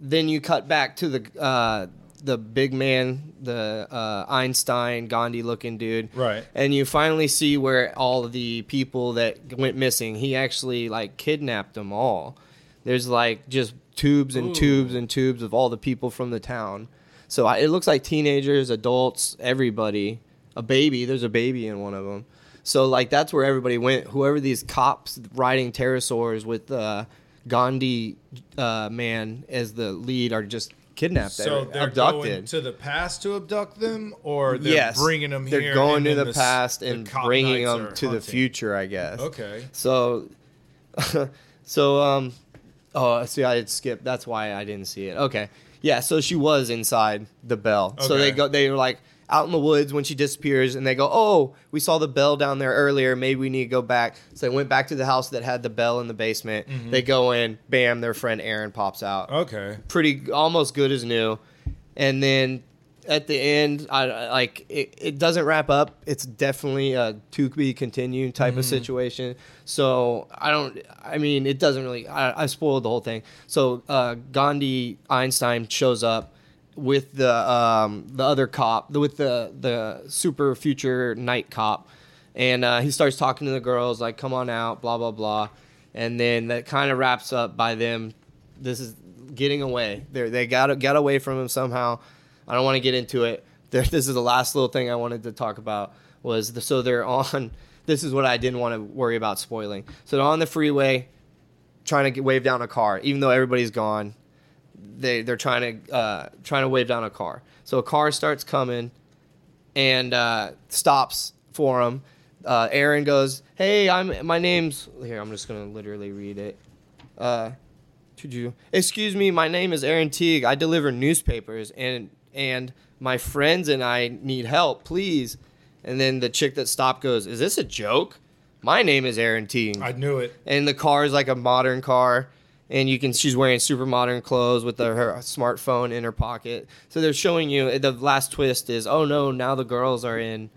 Speaker 3: then you cut back to the uh, the big man, the uh, Einstein Gandhi looking dude,
Speaker 2: Right.
Speaker 3: And you finally see where all of the people that went missing. He actually like kidnapped them all. There's like just tubes and tubes and tubes of all the people from the town. So I, it looks like teenagers, adults, everybody, a baby. There's a baby in one of them. So like that's where everybody went. Whoever these cops riding pterosaurs with uh, Gandhi uh, man as the lead are just kidnapped,
Speaker 2: So they're
Speaker 3: abducted.
Speaker 2: going to the past to abduct them, or they're
Speaker 3: yes,
Speaker 2: bringing them
Speaker 3: They're
Speaker 2: here. and
Speaker 3: going to
Speaker 2: then
Speaker 3: the,
Speaker 2: s-
Speaker 3: past
Speaker 2: the
Speaker 3: and
Speaker 2: cop
Speaker 3: bringing
Speaker 2: knights
Speaker 3: them
Speaker 2: are
Speaker 3: to the
Speaker 2: hunting.
Speaker 3: future, I guess.
Speaker 2: Okay.
Speaker 3: So, *laughs* so um, oh, see, I had skipped. That's why I didn't see it. Okay, yeah. So she was inside the bell. So they
Speaker 2: Okay.
Speaker 3: go. They were like out in the woods when she disappears, and they go, "Oh, we saw the bell down there earlier. Maybe we need to go back." So they went back to the house that had the bell in the basement. They go in. Bam! Their friend Aaron pops out
Speaker 2: Okay.
Speaker 3: pretty almost good as new and then at the end i I- like it, it doesn't wrap up it's definitely a to be continued type of situation so i don't i mean it doesn't really i, I spoiled the whole thing so uh, gandhi einstein shows up with the um, the other cop with the the super future night cop and uh, he starts talking to the girls like come on out blah blah blah and then that kind of wraps up by them this is getting away they they got got away from him somehow i don't want to get into it there, *laughs* this is the last little thing i wanted to talk about was the, so they're on *laughs* this is what i didn't want to worry about spoiling so they're on the freeway trying to get, wave down a car even though everybody's gone they they're trying to uh, trying to wave down a car. So a car starts coming and uh, stops for him. Uh, Aaron goes, "Hey, I'm my name's here. I'm just gonna literally read it. Uh, to do- excuse me, my name is Aaron Teague. I deliver newspapers and and my friends and I need help, please." And then the chick that stopped goes, "Is this a joke? My name is Aaron Teague."
Speaker 2: I knew it.
Speaker 3: and the car is like a modern car and you can she's wearing super modern clothes with the, her smartphone in her pocket so they're showing you the last twist is oh no now the girls are in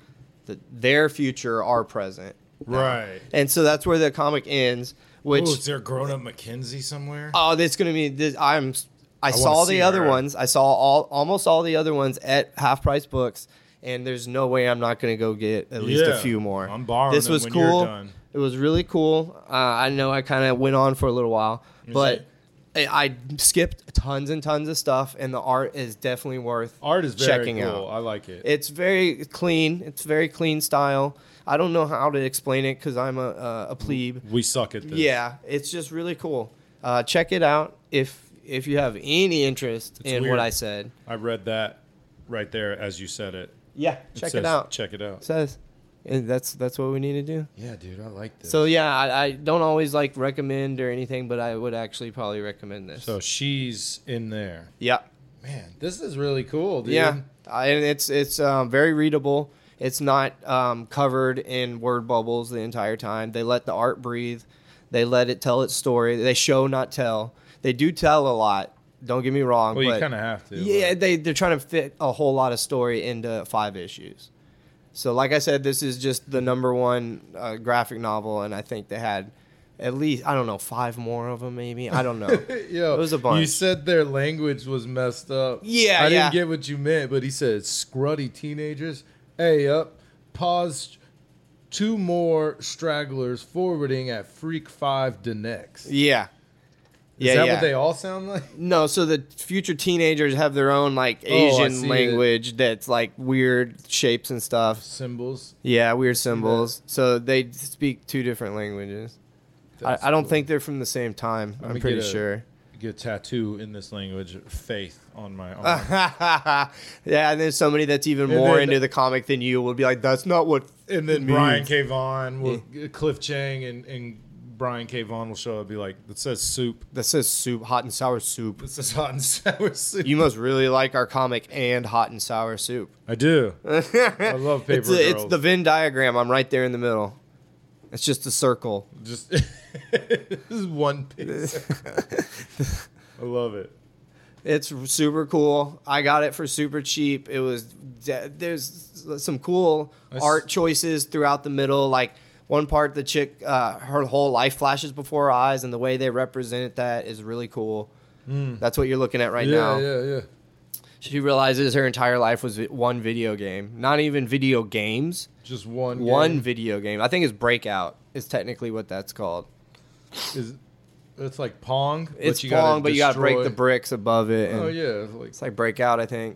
Speaker 3: the, their future are present
Speaker 2: Right.
Speaker 3: and so that's where the comic ends which
Speaker 2: Ooh, is there grown up Mackenzie somewhere?
Speaker 3: Oh, that's gonna be this. I'm. I,
Speaker 2: wanna
Speaker 3: saw the
Speaker 2: see
Speaker 3: other
Speaker 2: her.
Speaker 3: ones. I saw all almost all the other ones at half price books, and there's no way I'm not gonna go get at least
Speaker 2: Yeah.
Speaker 3: a few more.
Speaker 2: I'm borrowing
Speaker 3: This
Speaker 2: them
Speaker 3: was
Speaker 2: when you're
Speaker 3: cool.
Speaker 2: done.
Speaker 3: It was really cool. Uh, I know I kind of went on for a little while, but I, I skipped tons and tons of stuff, and the art is definitely worth
Speaker 2: Art is very
Speaker 3: checking
Speaker 2: cool.
Speaker 3: out.
Speaker 2: I like it.
Speaker 3: It's very clean. It's very clean style. I don't know how to explain it because I'm a, a, a plebe.
Speaker 2: We suck at this.
Speaker 3: Yeah, it's just really cool. Uh, check it out if if you have any interest in
Speaker 2: weird.
Speaker 3: what I said.
Speaker 2: I read that right there as you said it.
Speaker 3: Yeah, check it,
Speaker 2: says,
Speaker 3: out.
Speaker 2: Check it out.
Speaker 3: says, and that's that's what we need to do.
Speaker 2: Yeah, dude, I like this.
Speaker 3: So yeah, I, I don't always like recommend or anything, but I would actually probably recommend this.
Speaker 2: so she's in there.
Speaker 3: yeah,
Speaker 2: Man, this is really cool, dude.
Speaker 3: yeah, I, and it's it's um, very readable. It's not um, covered in word bubbles the entire time. They let the art breathe. They let it tell its story. They show, not tell. They do tell a lot. Don't get me wrong.
Speaker 2: Well, you
Speaker 3: but-
Speaker 2: kind of have to.
Speaker 3: Yeah,
Speaker 2: but-
Speaker 3: they they're trying to fit a whole lot of story into five issues. So, like I said, this is just the number one uh, graphic novel, and I think they had at least I don't know five more of them, maybe I don't know.
Speaker 2: *laughs* Yo,
Speaker 3: it was a
Speaker 2: You
Speaker 3: bunch.
Speaker 2: said their language was messed up.
Speaker 3: Yeah,
Speaker 2: I
Speaker 3: yeah.
Speaker 2: didn't get what you meant, but he said scruddy teenagers. Hey, up. Paused two more stragglers forwarding at Freak Five to next.
Speaker 3: yeah, Yeah,
Speaker 2: Is that
Speaker 3: yeah.
Speaker 2: what they all sound like?
Speaker 3: No, so the future teenagers have their own like
Speaker 2: Oh, I
Speaker 3: Asian
Speaker 2: see it.
Speaker 3: language that's like weird shapes and stuff.
Speaker 2: Symbols.
Speaker 3: Yeah, weird symbols. So they speak two different languages. I,
Speaker 2: That's
Speaker 3: I don't
Speaker 2: cool.
Speaker 3: think they're from the same time. I'm,
Speaker 2: gonna
Speaker 3: pretty
Speaker 2: get a-
Speaker 3: sure.
Speaker 2: Get a tattoo in this language, faith on
Speaker 3: Ah.
Speaker 2: my arm.
Speaker 3: *laughs* yeah, and then somebody that's even
Speaker 2: And
Speaker 3: more
Speaker 2: then-
Speaker 3: into the comic than you will be like, "That's not what."
Speaker 2: and then
Speaker 3: it
Speaker 2: Brian
Speaker 3: means."
Speaker 2: K. Vaughn, will, uh, Cliff Chang, and, and Brian K. Vaughn will show up and be like, "That says soup.
Speaker 3: That says soup, hot and sour soup.
Speaker 2: This is hot and sour soup."
Speaker 3: You must really like our comic and hot and sour soup.
Speaker 2: I do. I love paper
Speaker 3: It's,
Speaker 2: girls.
Speaker 3: it's the Venn diagram. I'm right there in the middle. It's just a circle.
Speaker 2: Just *laughs* this is one piece. I love it.
Speaker 3: It's super cool. I got it for super cheap. It was de- there's some cool
Speaker 2: That's-
Speaker 3: art choices throughout the middle. Like one part, the chick, uh, her whole life flashes before her eyes, and the way they represented that is really cool. That's what you're looking at right now.
Speaker 2: Hmm. yeah, yeah.
Speaker 3: She realizes her entire life was vi- one video game. Not even video games.
Speaker 2: Just one.
Speaker 3: One
Speaker 2: game.
Speaker 3: video game. I think it's Breakout. Is technically what that's called.
Speaker 2: Is, it's like Pong. but
Speaker 3: It's
Speaker 2: you gotta
Speaker 3: long, but you got to break the
Speaker 2: destroy-
Speaker 3: bricks above it. And
Speaker 2: Oh yeah, it's like
Speaker 3: It's like breakout, I think.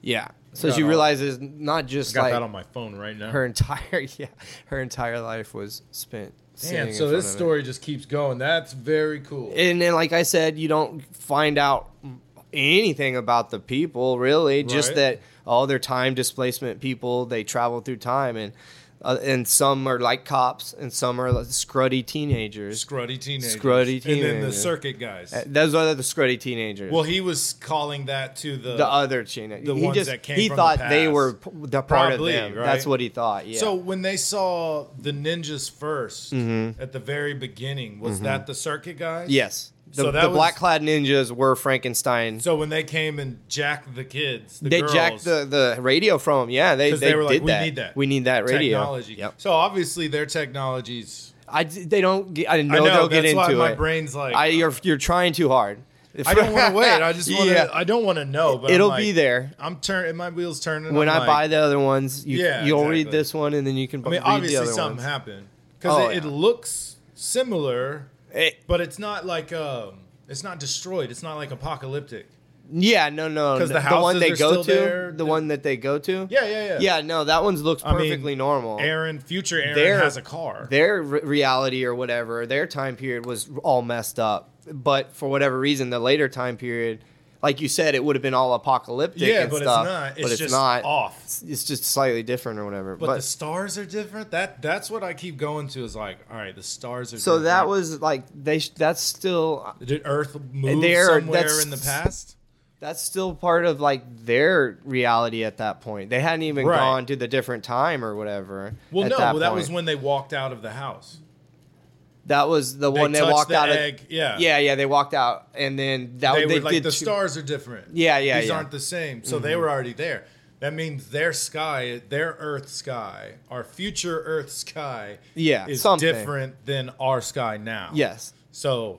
Speaker 3: Yeah. So
Speaker 2: Got
Speaker 3: she
Speaker 2: all-
Speaker 3: realizes not just
Speaker 2: got
Speaker 3: like
Speaker 2: that on my phone right now.
Speaker 3: her entire *laughs* yeah, her entire life was spent. sitting
Speaker 2: Damn.
Speaker 3: in
Speaker 2: So
Speaker 3: front
Speaker 2: this
Speaker 3: of it.
Speaker 2: story just keeps going. That's very cool.
Speaker 3: And then, like I said, you don't find out anything about the people really. Just
Speaker 2: Right.
Speaker 3: that all their time displacement people. They travel through time and. Uh, and some are like cops, and some are like scruddy teenagers.
Speaker 2: Scruddy teenagers.
Speaker 3: Scruddy
Speaker 2: And then the
Speaker 3: teenagers.
Speaker 2: circuit guys.
Speaker 3: Those are the scruddy teenagers.
Speaker 2: well, he was calling that to the.
Speaker 3: the other teenagers.
Speaker 2: the
Speaker 3: he
Speaker 2: ones
Speaker 3: just,
Speaker 2: that came
Speaker 3: He
Speaker 2: from the
Speaker 3: thought they
Speaker 2: past.
Speaker 3: were p- the part
Speaker 2: Probably,
Speaker 3: of them.
Speaker 2: right?
Speaker 3: That's what he thought. Yeah.
Speaker 2: So when they saw the ninjas 1st at the very beginning, was that the circuit guys?
Speaker 3: Mm-hmm. Yes. The,
Speaker 2: So that
Speaker 3: the
Speaker 2: was-
Speaker 3: black clad ninjas were Frankenstein.
Speaker 2: So when they came and jacked the kids, the
Speaker 3: they
Speaker 2: girls,
Speaker 3: jacked the, the radio from. 'em. Yeah, they,
Speaker 2: because
Speaker 3: they,
Speaker 2: they, were
Speaker 3: did
Speaker 2: like,
Speaker 3: that.
Speaker 2: "We need that.
Speaker 3: We need that radio.
Speaker 2: technology."
Speaker 3: Yep.
Speaker 2: So obviously their technologies.
Speaker 3: I d- they don't. Get, I know,
Speaker 2: I know
Speaker 3: they'll
Speaker 2: that's
Speaker 3: get into
Speaker 2: why my
Speaker 3: it.
Speaker 2: brain's like,
Speaker 3: I, you're you're trying too hard.
Speaker 2: *laughs* I don't
Speaker 3: *laughs*
Speaker 2: want to wait. I just want to. I don't want to know. But I'm
Speaker 3: It'll
Speaker 2: like-
Speaker 3: be there.
Speaker 2: I'm turning. My wheels turning.
Speaker 3: when
Speaker 2: I'm
Speaker 3: I
Speaker 2: like,
Speaker 3: buy the other ones, you,
Speaker 2: Yeah,
Speaker 3: you'll read
Speaker 2: exactly.
Speaker 3: this one and then you can.
Speaker 2: I mean,
Speaker 3: read the
Speaker 2: obviously
Speaker 3: other
Speaker 2: something
Speaker 3: ones.
Speaker 2: happened because
Speaker 3: Oh,
Speaker 2: it, it
Speaker 3: yeah.
Speaker 2: looks similar,
Speaker 3: It-
Speaker 2: but it's not like um, it's not destroyed. It's not like apocalyptic.
Speaker 3: yeah, no, no,
Speaker 2: 'Cause the
Speaker 3: the, one
Speaker 2: houses
Speaker 3: they
Speaker 2: are
Speaker 3: go
Speaker 2: still
Speaker 3: to,
Speaker 2: there.
Speaker 3: the one that they go to.
Speaker 2: Yeah, yeah, yeah.
Speaker 3: Yeah, no, that one's looks
Speaker 2: I mean,
Speaker 3: perfectly normal.
Speaker 2: Aaron, future Aaron
Speaker 3: Their-
Speaker 2: has a car.
Speaker 3: Their re- reality or whatever, their time period was all messed up. But for whatever reason, the later time period, like you said, it would have been all apocalyptic.
Speaker 2: Yeah,
Speaker 3: and
Speaker 2: but it's
Speaker 3: stuff,
Speaker 2: not. It's
Speaker 3: but it's
Speaker 2: just
Speaker 3: not
Speaker 2: off.
Speaker 3: It's, it's just slightly different or whatever.
Speaker 2: but,
Speaker 3: But,
Speaker 2: the stars are different. That that's what I keep going to is like, all right, the stars are.
Speaker 3: so
Speaker 2: different.
Speaker 3: that was like they. Sh- that's still
Speaker 2: did Earth move
Speaker 3: There-
Speaker 2: somewhere
Speaker 3: that's-
Speaker 2: in the past?
Speaker 3: that's still part of like their reality at that point. They hadn't even
Speaker 2: Right.
Speaker 3: gone to the different time or whatever.
Speaker 2: Well,
Speaker 3: at
Speaker 2: no. well, that
Speaker 3: point.
Speaker 2: was when they walked out of the house.
Speaker 3: that was the
Speaker 2: They
Speaker 3: one they
Speaker 2: touched
Speaker 3: walked
Speaker 2: the
Speaker 3: out.
Speaker 2: egg.
Speaker 3: Of,
Speaker 2: yeah.
Speaker 3: yeah, yeah, they walked out, and then that
Speaker 2: They,
Speaker 3: they
Speaker 2: were like
Speaker 3: did
Speaker 2: the
Speaker 3: two-
Speaker 2: stars are different.
Speaker 3: Yeah, yeah, Mm-hmm.
Speaker 2: These
Speaker 3: yeah.
Speaker 2: aren't the same. So they were already there. That means their sky, their Earth sky, our future Earth sky,
Speaker 3: Yeah,
Speaker 2: is
Speaker 3: something.
Speaker 2: different than our sky now.
Speaker 3: Yes,
Speaker 2: So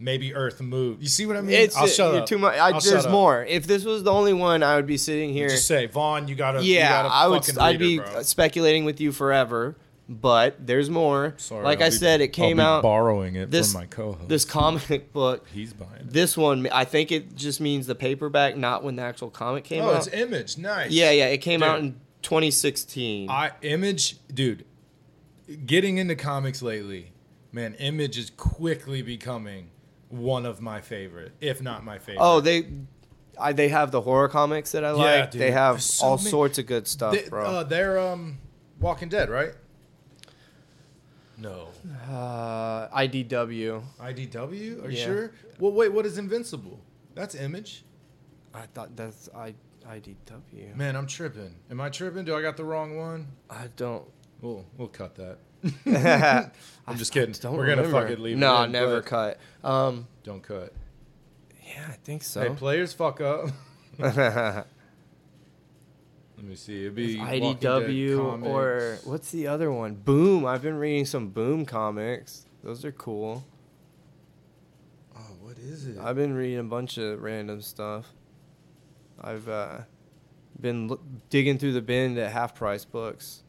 Speaker 2: maybe Earth moved. You see what I mean?
Speaker 3: It's
Speaker 2: I'll shut
Speaker 3: you're
Speaker 2: up.
Speaker 3: too much. I,
Speaker 2: I'll shut
Speaker 3: there's
Speaker 2: up.
Speaker 3: more. If this was the only one, I would be sitting here.
Speaker 2: Just say, Vaughn, you gotta. you
Speaker 3: yeah,
Speaker 2: gotta
Speaker 3: I would.
Speaker 2: fucking
Speaker 3: I'd
Speaker 2: read
Speaker 3: be
Speaker 2: it, bro.
Speaker 3: speculating with you forever. But there's more.
Speaker 2: Sorry,
Speaker 3: like
Speaker 2: I'll
Speaker 3: I
Speaker 2: be-
Speaker 3: said, it came
Speaker 2: I'll be
Speaker 3: out
Speaker 2: borrowing it
Speaker 3: this
Speaker 2: from my co-host.
Speaker 3: this comic *laughs* book.
Speaker 2: He's buying it.
Speaker 3: This one, I think it just means the paperback, not when the actual comic came
Speaker 2: oh,
Speaker 3: out.
Speaker 2: it's image. Nice.
Speaker 3: yeah, yeah, it came out
Speaker 2: Dude.
Speaker 3: in 2016.
Speaker 2: I image, dude. Getting into comics lately, man. Image is quickly becoming one of my favorite, if not my favorite.
Speaker 3: oh, they. I, they have the horror comics that I like.
Speaker 2: dude.
Speaker 3: they have
Speaker 2: There's so
Speaker 3: all
Speaker 2: many-
Speaker 3: sorts of good stuff,
Speaker 2: they,
Speaker 3: bro.
Speaker 2: Uh, they're um, Walking Dead, right? No.
Speaker 3: uh, IDW.
Speaker 2: IDW? Are you
Speaker 3: Yeah.
Speaker 2: sure? Well, wait. What is Invincible? That's Image.
Speaker 3: I thought that's I, IDW.
Speaker 2: Man, I'm tripping. Am I tripping? Do I got the wrong one?
Speaker 3: I don't.
Speaker 2: We'll we'll cut that.
Speaker 3: *laughs* I'm
Speaker 2: *laughs* I'm just kidding. We're gonna fucking leave.
Speaker 3: No,
Speaker 2: it in,
Speaker 3: never
Speaker 2: but
Speaker 3: cut. Um,
Speaker 2: Don't cut.
Speaker 3: yeah, I think
Speaker 2: Hey,
Speaker 3: *laughs* so.
Speaker 2: players, fuck up. *laughs* Let me see. It'd be Walking Dead
Speaker 3: IDW or
Speaker 2: comics.
Speaker 3: what's the other one? Boom. I've been reading some Boom comics. Those are cool.
Speaker 2: Oh, what is it?
Speaker 3: I've been reading a bunch of random stuff. I've uh, been l- digging through the bin at half price books,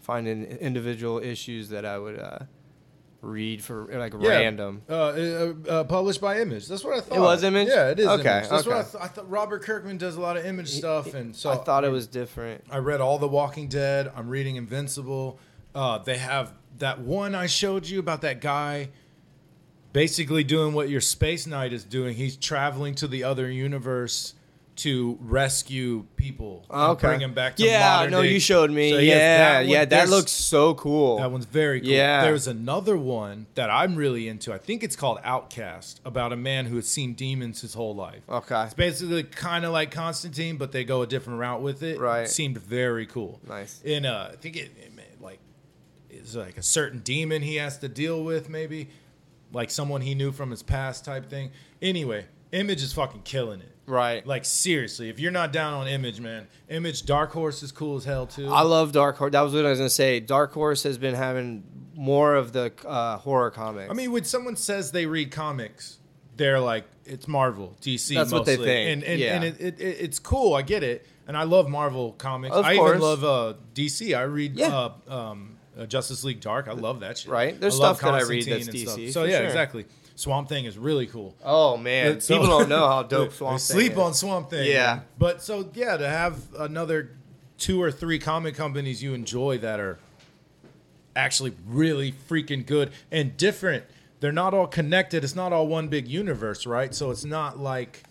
Speaker 3: finding individual issues that I would uh, read for like
Speaker 2: Yeah.
Speaker 3: random.
Speaker 2: Uh, uh, uh, published by Image. That's what I thought.
Speaker 3: was Image?
Speaker 2: Yeah, it is.
Speaker 3: Okay,
Speaker 2: Image. That's what I,
Speaker 3: okay.
Speaker 2: th- I thought. Robert Kirkman does a lot of Image stuff, and so
Speaker 3: I thought it was different.
Speaker 2: I read all The Walking Dead. I'm reading Invincible. Uh, they have that one I showed you about that guy basically doing what your space knight is doing. He's traveling to the other universe to rescue people and
Speaker 3: Oh, okay.
Speaker 2: bring them back to
Speaker 3: yeah,
Speaker 2: modern
Speaker 3: no,
Speaker 2: day.
Speaker 3: you showed me.
Speaker 2: So, yes,
Speaker 3: yeah,
Speaker 2: one-
Speaker 3: yeah, that
Speaker 2: there's-
Speaker 3: looks so cool.
Speaker 2: that one's very cool.
Speaker 3: Yeah.
Speaker 2: There's another one that I'm really into. I think it's called Outcast, about a man who has seen demons his whole life.
Speaker 3: Okay.
Speaker 2: It's basically kind of like Constantine, but they go a different route with it.
Speaker 3: Right.
Speaker 2: It seemed very cool.
Speaker 3: Nice.
Speaker 2: And uh, I think it, it may- like is like a certain demon he has to deal with, maybe like someone he knew from his past type thing. Anyway, Image is fucking killing it.
Speaker 3: Right.
Speaker 2: Like seriously, if you're not down on Image, man, Image Dark Horse is cool as hell too.
Speaker 3: I love Dark Horse. That was what I was gonna say. Dark Horse has been having more of the uh, horror comics.
Speaker 2: I mean, when someone says they read comics, they're like, it's Marvel, DC.
Speaker 3: That's what they
Speaker 2: mostly.
Speaker 3: think,
Speaker 2: and and,
Speaker 3: yeah.
Speaker 2: and it, it, it, it's cool. I get it, and I love Marvel comics.
Speaker 3: Of
Speaker 2: I
Speaker 3: course.
Speaker 2: even love uh, DC. I read
Speaker 3: Yeah.
Speaker 2: uh, um, uh, Justice League Dark. I love that shit.
Speaker 3: Right. There's
Speaker 2: I love
Speaker 3: stuff that I read
Speaker 2: Constantine
Speaker 3: that's
Speaker 2: and
Speaker 3: DC,
Speaker 2: So
Speaker 3: for
Speaker 2: yeah,
Speaker 3: sure.
Speaker 2: exactly. Swamp Thing is really cool.
Speaker 3: oh man,
Speaker 2: So-
Speaker 3: people
Speaker 2: *laughs*
Speaker 3: don't know how dope
Speaker 2: They
Speaker 3: Swamp Thing
Speaker 2: sleep
Speaker 3: is.
Speaker 2: on Swamp Thing.
Speaker 3: Yeah.
Speaker 2: man. But so yeah, to have another two or three comic companies you enjoy that are actually really freaking good and different. They're not all connected. It's not all one big universe, right? So it's not like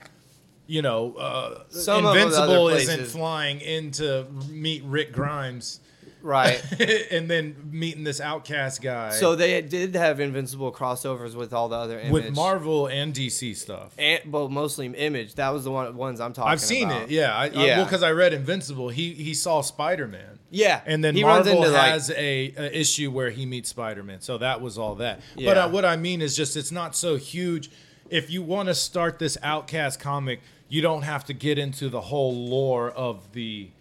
Speaker 2: you know, uh,
Speaker 3: Some of the other
Speaker 2: Invincible isn't
Speaker 3: places-
Speaker 2: flying in to meet Rick Grimes *laughs*
Speaker 3: right.
Speaker 2: and then meeting this outcast guy.
Speaker 3: So they did have invincible crossovers with all the other image.
Speaker 2: with Marvel and DC stuff.
Speaker 3: and, well, mostly image. That was the one ones I'm talking.
Speaker 2: I've seen
Speaker 3: about.
Speaker 2: it. Yeah, I, I,
Speaker 3: Yeah.
Speaker 2: well, because I read Invincible. He he saw Spider Man.
Speaker 3: Yeah.
Speaker 2: and then
Speaker 3: He runs
Speaker 2: Marvel
Speaker 3: into, like-
Speaker 2: has a, a issue where he meets Spider Man. So that was all that. But
Speaker 3: Yeah.
Speaker 2: uh, what I mean is just it's not so huge. If you want to start this Outcast comic, you don't have to get into the whole lore of the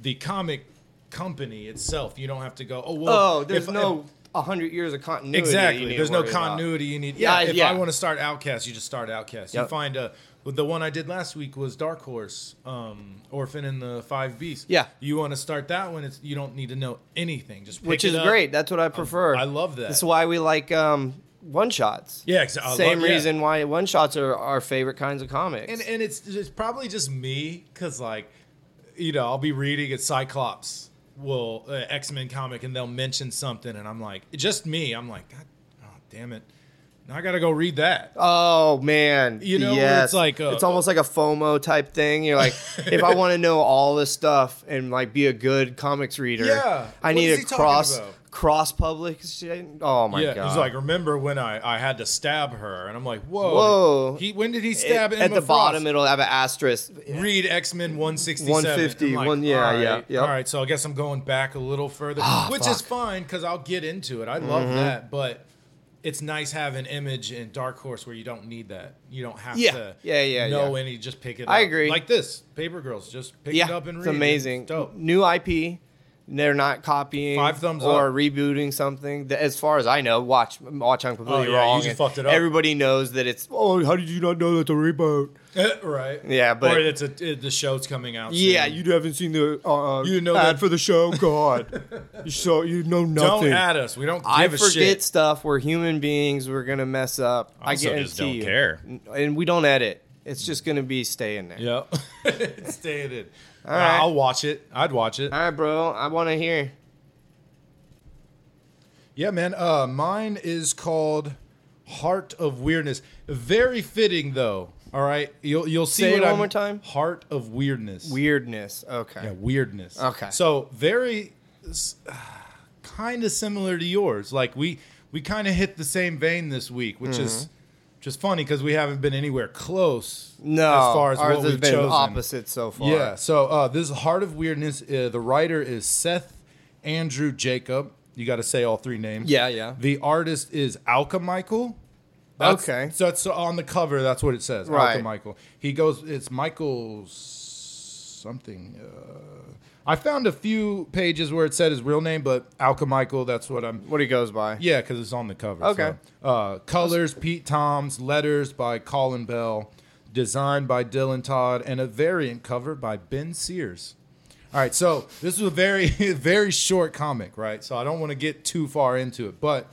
Speaker 2: the comic company itself. You don't have to go. Oh well.
Speaker 3: Oh, there's
Speaker 2: if-
Speaker 3: no
Speaker 2: if-
Speaker 3: a hundred years of continuity. you need
Speaker 2: Exactly.
Speaker 3: to
Speaker 2: There's no
Speaker 3: worry about.
Speaker 2: continuity you need.
Speaker 3: Yeah,
Speaker 2: Yeah. if
Speaker 3: yeah.
Speaker 2: I want to start Outcast, you just start Outcast. You
Speaker 3: Yep.
Speaker 2: find a. well, The one I did last week was Dark Horse, um, Orphan and the Five Beasts.
Speaker 3: Yeah.
Speaker 2: You want to start that one? It's you don't need to know anything. Just pick
Speaker 3: Which
Speaker 2: it
Speaker 3: is
Speaker 2: up.
Speaker 3: great. That's what I prefer.
Speaker 2: I love that.
Speaker 3: That's why we like um, one shots.
Speaker 2: Yeah, exactly.
Speaker 3: Same reason why one shots are our favorite kinds of comics.
Speaker 2: And and it's it's probably just me because like, you know, I'll be reading a Cyclops will uh, X Men comic and they'll mention something and I'm like, just me. I'm like, God, oh, damn it. Now I gotta go read that.
Speaker 3: Oh man,
Speaker 2: You know, where
Speaker 3: yes.
Speaker 2: it's like uh, a-
Speaker 3: it's almost like a FOMO type thing.
Speaker 2: *laughs*
Speaker 3: You're like, if I want to know all this stuff and like be a good comics reader,
Speaker 2: Yeah.
Speaker 3: I
Speaker 2: What
Speaker 3: need
Speaker 2: is
Speaker 3: to
Speaker 2: he talking
Speaker 3: cross
Speaker 2: about?
Speaker 3: cross public. Oh my
Speaker 2: yeah,
Speaker 3: god,
Speaker 2: he's like, remember when I, I had to stab her? And I'm like, whoa,
Speaker 3: Whoa.
Speaker 2: He when did he
Speaker 3: It-
Speaker 2: stab
Speaker 3: at the bottom.
Speaker 2: Frost?
Speaker 3: It'll have an asterisk.
Speaker 2: Read X Men 167.
Speaker 3: 150,
Speaker 2: I'm like,
Speaker 3: one- yeah,
Speaker 2: all right,
Speaker 3: yeah, yep. Ah,
Speaker 2: All right, so I guess I'm going back a little further, which is fine because I'll get into it. I love
Speaker 3: Mm-hmm.
Speaker 2: that, but it's nice having Image and Dark Horse where you don't need that. You don't have
Speaker 3: Yeah.
Speaker 2: to
Speaker 3: Yeah, yeah,
Speaker 2: know
Speaker 3: yeah.
Speaker 2: any, just pick it up.
Speaker 3: I agree.
Speaker 2: Like this, Paper Girls, just pick it
Speaker 3: Yeah,
Speaker 2: up and read
Speaker 3: it's amazing.
Speaker 2: It's
Speaker 3: *laughs*
Speaker 2: dope.
Speaker 3: New IP. They're not copying
Speaker 2: Five thumbs
Speaker 3: or
Speaker 2: up.
Speaker 3: rebooting something. That, as far as I know, watch watch I'm completely
Speaker 2: Oh, yeah, you
Speaker 3: wrong.
Speaker 2: just
Speaker 3: and
Speaker 2: fucked it up.
Speaker 3: Everybody knows that it's. Oh, how did you not know that's a reboot?
Speaker 2: Eh, right.
Speaker 3: Yeah, but-
Speaker 2: or it's a, it, the show's coming out.
Speaker 3: Yeah,
Speaker 2: soon.
Speaker 3: you haven't seen the uh,
Speaker 2: You know
Speaker 3: ad
Speaker 2: that-
Speaker 3: for
Speaker 2: *laughs*
Speaker 3: the show. God, you so you know
Speaker 2: don't
Speaker 3: nothing.
Speaker 2: at us. We don't give
Speaker 3: I
Speaker 2: a
Speaker 3: forget
Speaker 2: shit.
Speaker 3: stuff. We're human beings. We're gonna mess up. I
Speaker 4: Also
Speaker 3: guarantee
Speaker 4: just don't
Speaker 3: you.
Speaker 4: care.
Speaker 3: and we don't edit. It's just gonna be staying there.
Speaker 2: Yeah, *laughs* it's dated. Nah,
Speaker 3: right.
Speaker 2: I'll watch it. I'd watch it.
Speaker 3: All right, bro. I want to hear.
Speaker 2: Yeah, man. Uh, mine is called Heart of Weirdness. Very fitting, though. All right, you'll you'll see
Speaker 3: Say it
Speaker 2: what
Speaker 3: one
Speaker 2: I'm-
Speaker 3: more time.
Speaker 2: Heart of Weirdness.
Speaker 3: Weirdness. Okay.
Speaker 2: Yeah, weirdness.
Speaker 3: Okay.
Speaker 2: So very, kind of similar to yours. Like we we kind of hit the same vein this week, which is
Speaker 3: Mm-hmm.
Speaker 2: just funny because we haven't been anywhere close.
Speaker 3: No.
Speaker 2: as far as
Speaker 3: ours
Speaker 2: what
Speaker 3: has
Speaker 2: we've
Speaker 3: been
Speaker 2: chosen.
Speaker 3: opposite so far.
Speaker 2: Yeah. So uh, this is Heart of Weirdness. Uh, the writer is Seth Andrew Jacob. You got to say all three names.
Speaker 3: Yeah, yeah.
Speaker 2: The artist is Alchemichael. That's,
Speaker 3: Okay.
Speaker 2: So that's on the cover. That's what it says.
Speaker 3: Right.
Speaker 2: Alchemichael. He goes. It's Michael something. Uh, I found a few pages where it said his real name, but Alchemichael. That's what I'm.
Speaker 3: What he goes by.
Speaker 2: Yeah, because it's on the cover.
Speaker 3: Okay.
Speaker 2: so. Uh, colors, Pete Toms. Letters by Colin Bell. Designed by Dylan Todd. And a variant cover by Ben Sears. All right, so this is a *laughs* very, very short comic, right? So I don't want to get too far into it. But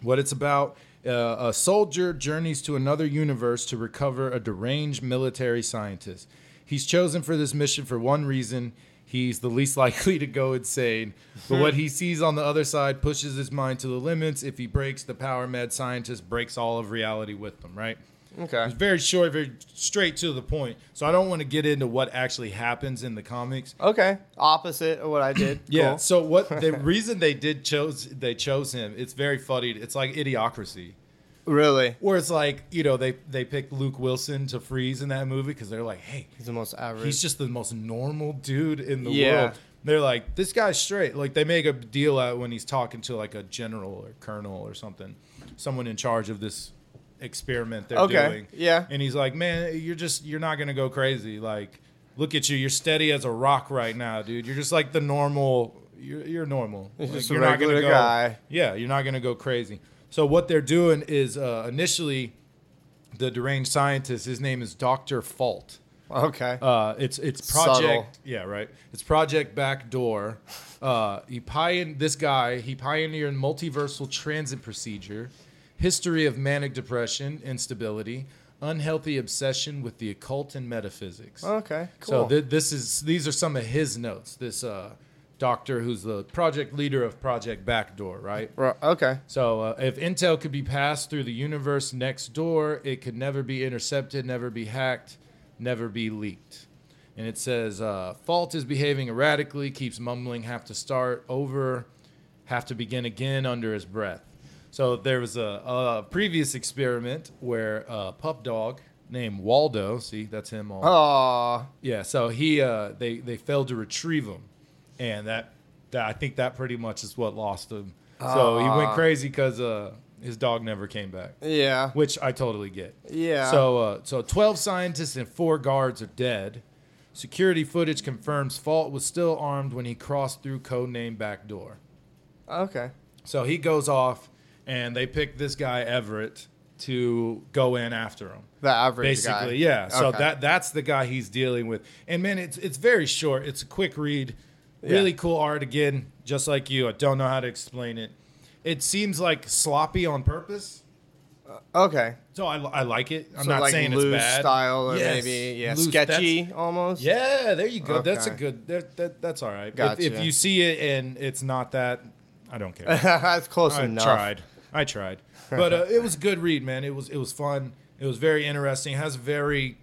Speaker 2: what it's about. Uh, a soldier journeys to another universe to recover a deranged military scientist. He's chosen for this mission for one reason he's the least *laughs* likely to go insane. But what he sees on the other side pushes his mind to the limits. If he breaks the power, med scientist breaks all of reality with them, right?
Speaker 3: Okay.
Speaker 2: It's very short, very straight to the point. So I don't want to get into what actually happens in the comics.
Speaker 3: Okay. Opposite of what
Speaker 2: *coughs*
Speaker 3: I did.
Speaker 2: Yeah.
Speaker 3: Cool.
Speaker 2: So what the reason they did chose they chose him? It's very funny. It's like idiocracy,
Speaker 3: Really.
Speaker 2: where it's like you know they they picked Luke Wilson to freeze in that movie because they're like, hey,
Speaker 3: He's the most average.
Speaker 2: he's just the most normal dude in the
Speaker 3: Yeah.
Speaker 2: world. They're like, this guy's straight. Like they make a deal out when he's talking to like a general or colonel or something, someone in charge of this experiment they're
Speaker 3: Okay,
Speaker 2: doing.
Speaker 3: yeah.
Speaker 2: And he's like, man, you're just you're not gonna go crazy. Like, look at you, you're steady as a rock right now, dude. You're just like the normal. You're you're normal. Like,
Speaker 3: just a
Speaker 2: you're not gonna
Speaker 3: regular
Speaker 2: go-
Speaker 3: guy.
Speaker 2: Yeah, you're not gonna go crazy. So what they're doing is uh, initially, the deranged scientist. His name is Doctor Fault.
Speaker 3: okay.
Speaker 2: Uh, it's it's project
Speaker 3: Subtle.
Speaker 2: yeah right. It's project backdoor. Uh, he pioneered this guy. He pioneered multiversal transit procedure, history of manic depression, instability, unhealthy obsession with the occult and metaphysics.
Speaker 3: okay. Oh, Cool.
Speaker 2: So th- this is these are some of his notes. This uh, doctor who's the project leader of Project Backdoor, right?
Speaker 3: Ro- okay.
Speaker 2: So, uh, if intel could be passed through the universe next door, it could never be intercepted, never be hacked, never be leaked. And it says, uh, Fault is behaving erratically, keeps mumbling, have to start over, have to begin again under his breath. So, there was a, a previous experiment where a pup dog named Waldo, see, that's him all.
Speaker 3: Oh.
Speaker 2: Yeah, so he uh, they they failed to retrieve him, and that, that I think that pretty much is what lost him. So he went crazy because uh, his dog never came back,
Speaker 3: Yeah.
Speaker 2: which I totally get.
Speaker 3: Yeah.
Speaker 2: So uh, so twelve scientists and four guards are dead. Security footage confirms Fault was still armed when he crossed through codename Backdoor.
Speaker 3: Okay.
Speaker 2: So he goes off, and they pick this guy Everett to go in after him
Speaker 3: The average guy.
Speaker 2: basically yeah so
Speaker 3: Okay.
Speaker 2: that that's the guy he's dealing with and man it's it's very short it's a quick read really cool art again just like you i don't know how to explain it it seems like sloppy on purpose
Speaker 3: Okay.
Speaker 2: so i, I like it i'm
Speaker 3: so
Speaker 2: not
Speaker 3: like
Speaker 2: saying
Speaker 3: loose
Speaker 2: it's bad
Speaker 3: style or
Speaker 2: Yes,
Speaker 3: maybe yeah
Speaker 2: loose, that's-
Speaker 3: sketchy almost.
Speaker 2: yeah there you go that's a
Speaker 3: Okay.
Speaker 2: good that, that that's all right If- if,
Speaker 3: Gotcha.
Speaker 2: you see it and it's not that i don't care
Speaker 3: *laughs* That's close
Speaker 2: I
Speaker 3: enough.
Speaker 2: tried. I tried, but uh, it was a good read, man. It was it was fun. It was very interesting. It has a very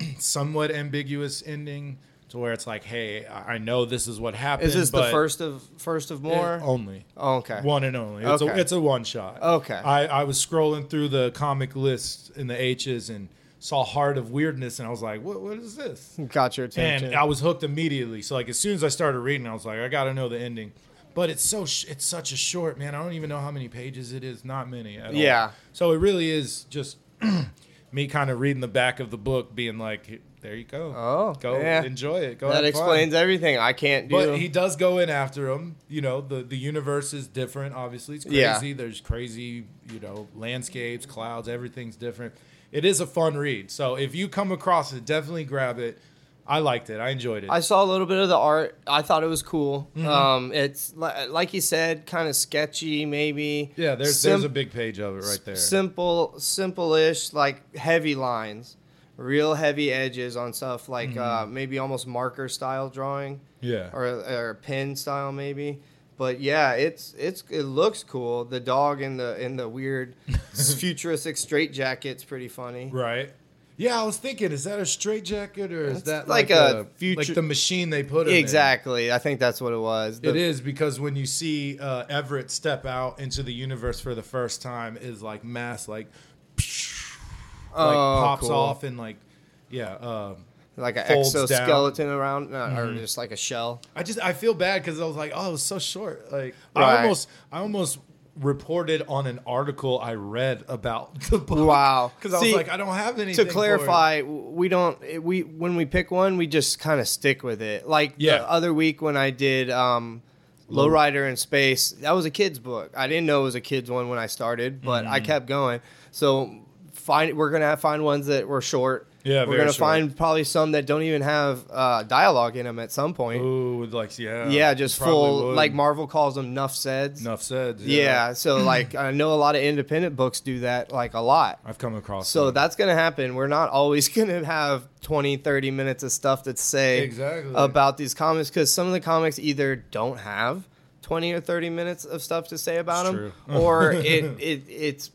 Speaker 2: *clears throat* somewhat ambiguous ending to where it's like, hey, I I know this is what happened.
Speaker 3: Is this
Speaker 2: but
Speaker 3: the first of first of more?
Speaker 2: only?
Speaker 3: Oh, okay.
Speaker 2: One and only. It's, a,
Speaker 3: Okay.
Speaker 2: it's a one shot.
Speaker 3: Okay.
Speaker 2: I, I was scrolling through the comic list in the H's and saw Heart of Weirdness, and I was like, what, what is this?
Speaker 3: Got your attention.
Speaker 2: and I was hooked immediately. So like as soon as I started reading, I was like, I gotta know the ending. But it's so sh- it's such a short man. I don't even know how many pages it is. Not many at all.
Speaker 3: Yeah.
Speaker 2: So it really is just *clears throat* me kind of reading the back of the book, being like, there you go.
Speaker 3: Oh,
Speaker 2: go
Speaker 3: yeah.
Speaker 2: enjoy it. Go. have
Speaker 3: that
Speaker 2: fun."
Speaker 3: explains everything. I can't do.
Speaker 2: But he does go in after him. You know, the, the universe is different. Obviously, it's crazy.
Speaker 3: Yeah.
Speaker 2: There's crazy, you know, landscapes, clouds. Everything's different. It is a fun read. So if you come across it, definitely grab it. I liked it. I enjoyed it.
Speaker 3: I saw a little bit of the art. I thought it was cool.
Speaker 2: Mm-hmm.
Speaker 3: Um, it's li- like you said, kind of sketchy, maybe.
Speaker 2: yeah, there's
Speaker 3: Sim-
Speaker 2: there's a big page of it right there.
Speaker 3: simple, simple-ish, like heavy lines, real heavy edges on stuff like uh, maybe almost marker style drawing.
Speaker 2: Mm. Yeah.
Speaker 3: Or or pen style maybe. But yeah, it's it's it looks cool. The dog in the in
Speaker 2: *laughs*
Speaker 3: the weird futuristic straitjacket's pretty funny.
Speaker 2: right. Yeah, I was thinking, is that a straitjacket or is that like,
Speaker 3: like
Speaker 2: a,
Speaker 3: a future-
Speaker 2: like the machine they put him in?
Speaker 3: Exactly. I think that's what it was. The-
Speaker 2: It is because when you see uh, Everett step out into the universe for the first time, is like mass like like
Speaker 3: Oh,
Speaker 2: pops
Speaker 3: cool.
Speaker 2: off and like yeah. Um,
Speaker 3: like an
Speaker 2: folds down. Mm-hmm.
Speaker 3: exoskeleton around, uh, or just like a shell.
Speaker 2: I just I feel bad because I was like, oh, it was so short. Like I
Speaker 3: Right.
Speaker 2: almost I almost reported on an article I read about *laughs* the book.
Speaker 3: Wow.
Speaker 2: because I was
Speaker 3: See,
Speaker 2: like, I don't have anything for
Speaker 3: To
Speaker 2: it.
Speaker 3: clarify, w- we don't it- we when we pick one, we just kind of stick with it. Like
Speaker 2: Yeah.
Speaker 3: the other week when I did um, Lowrider in
Speaker 2: Mm.
Speaker 3: Space, that was a kids book. I didn't know it was a kids one when I started, but I kept going. So find we're gonna find ones that were short.
Speaker 2: Yeah,
Speaker 3: we're
Speaker 2: very
Speaker 3: gonna
Speaker 2: short.
Speaker 3: find probably some that don't even have uh, dialogue in them at some point.
Speaker 2: Ooh, like yeah,
Speaker 3: yeah, just
Speaker 2: probably
Speaker 3: full
Speaker 2: would.
Speaker 3: like Marvel calls them nuff saids.
Speaker 2: Enough said.
Speaker 3: Yeah. so like I know a lot of independent books do that like a lot.
Speaker 2: I've come across.
Speaker 3: So
Speaker 2: them.
Speaker 3: that's going to happen. We're not always *laughs* going to have 20, 30 minutes of stuff that say
Speaker 2: Exactly.
Speaker 3: about these comics because some of the comics either don't have 20 or 30 minutes of stuff to say about
Speaker 2: It's
Speaker 3: them
Speaker 2: true. *laughs*
Speaker 3: or it, it it's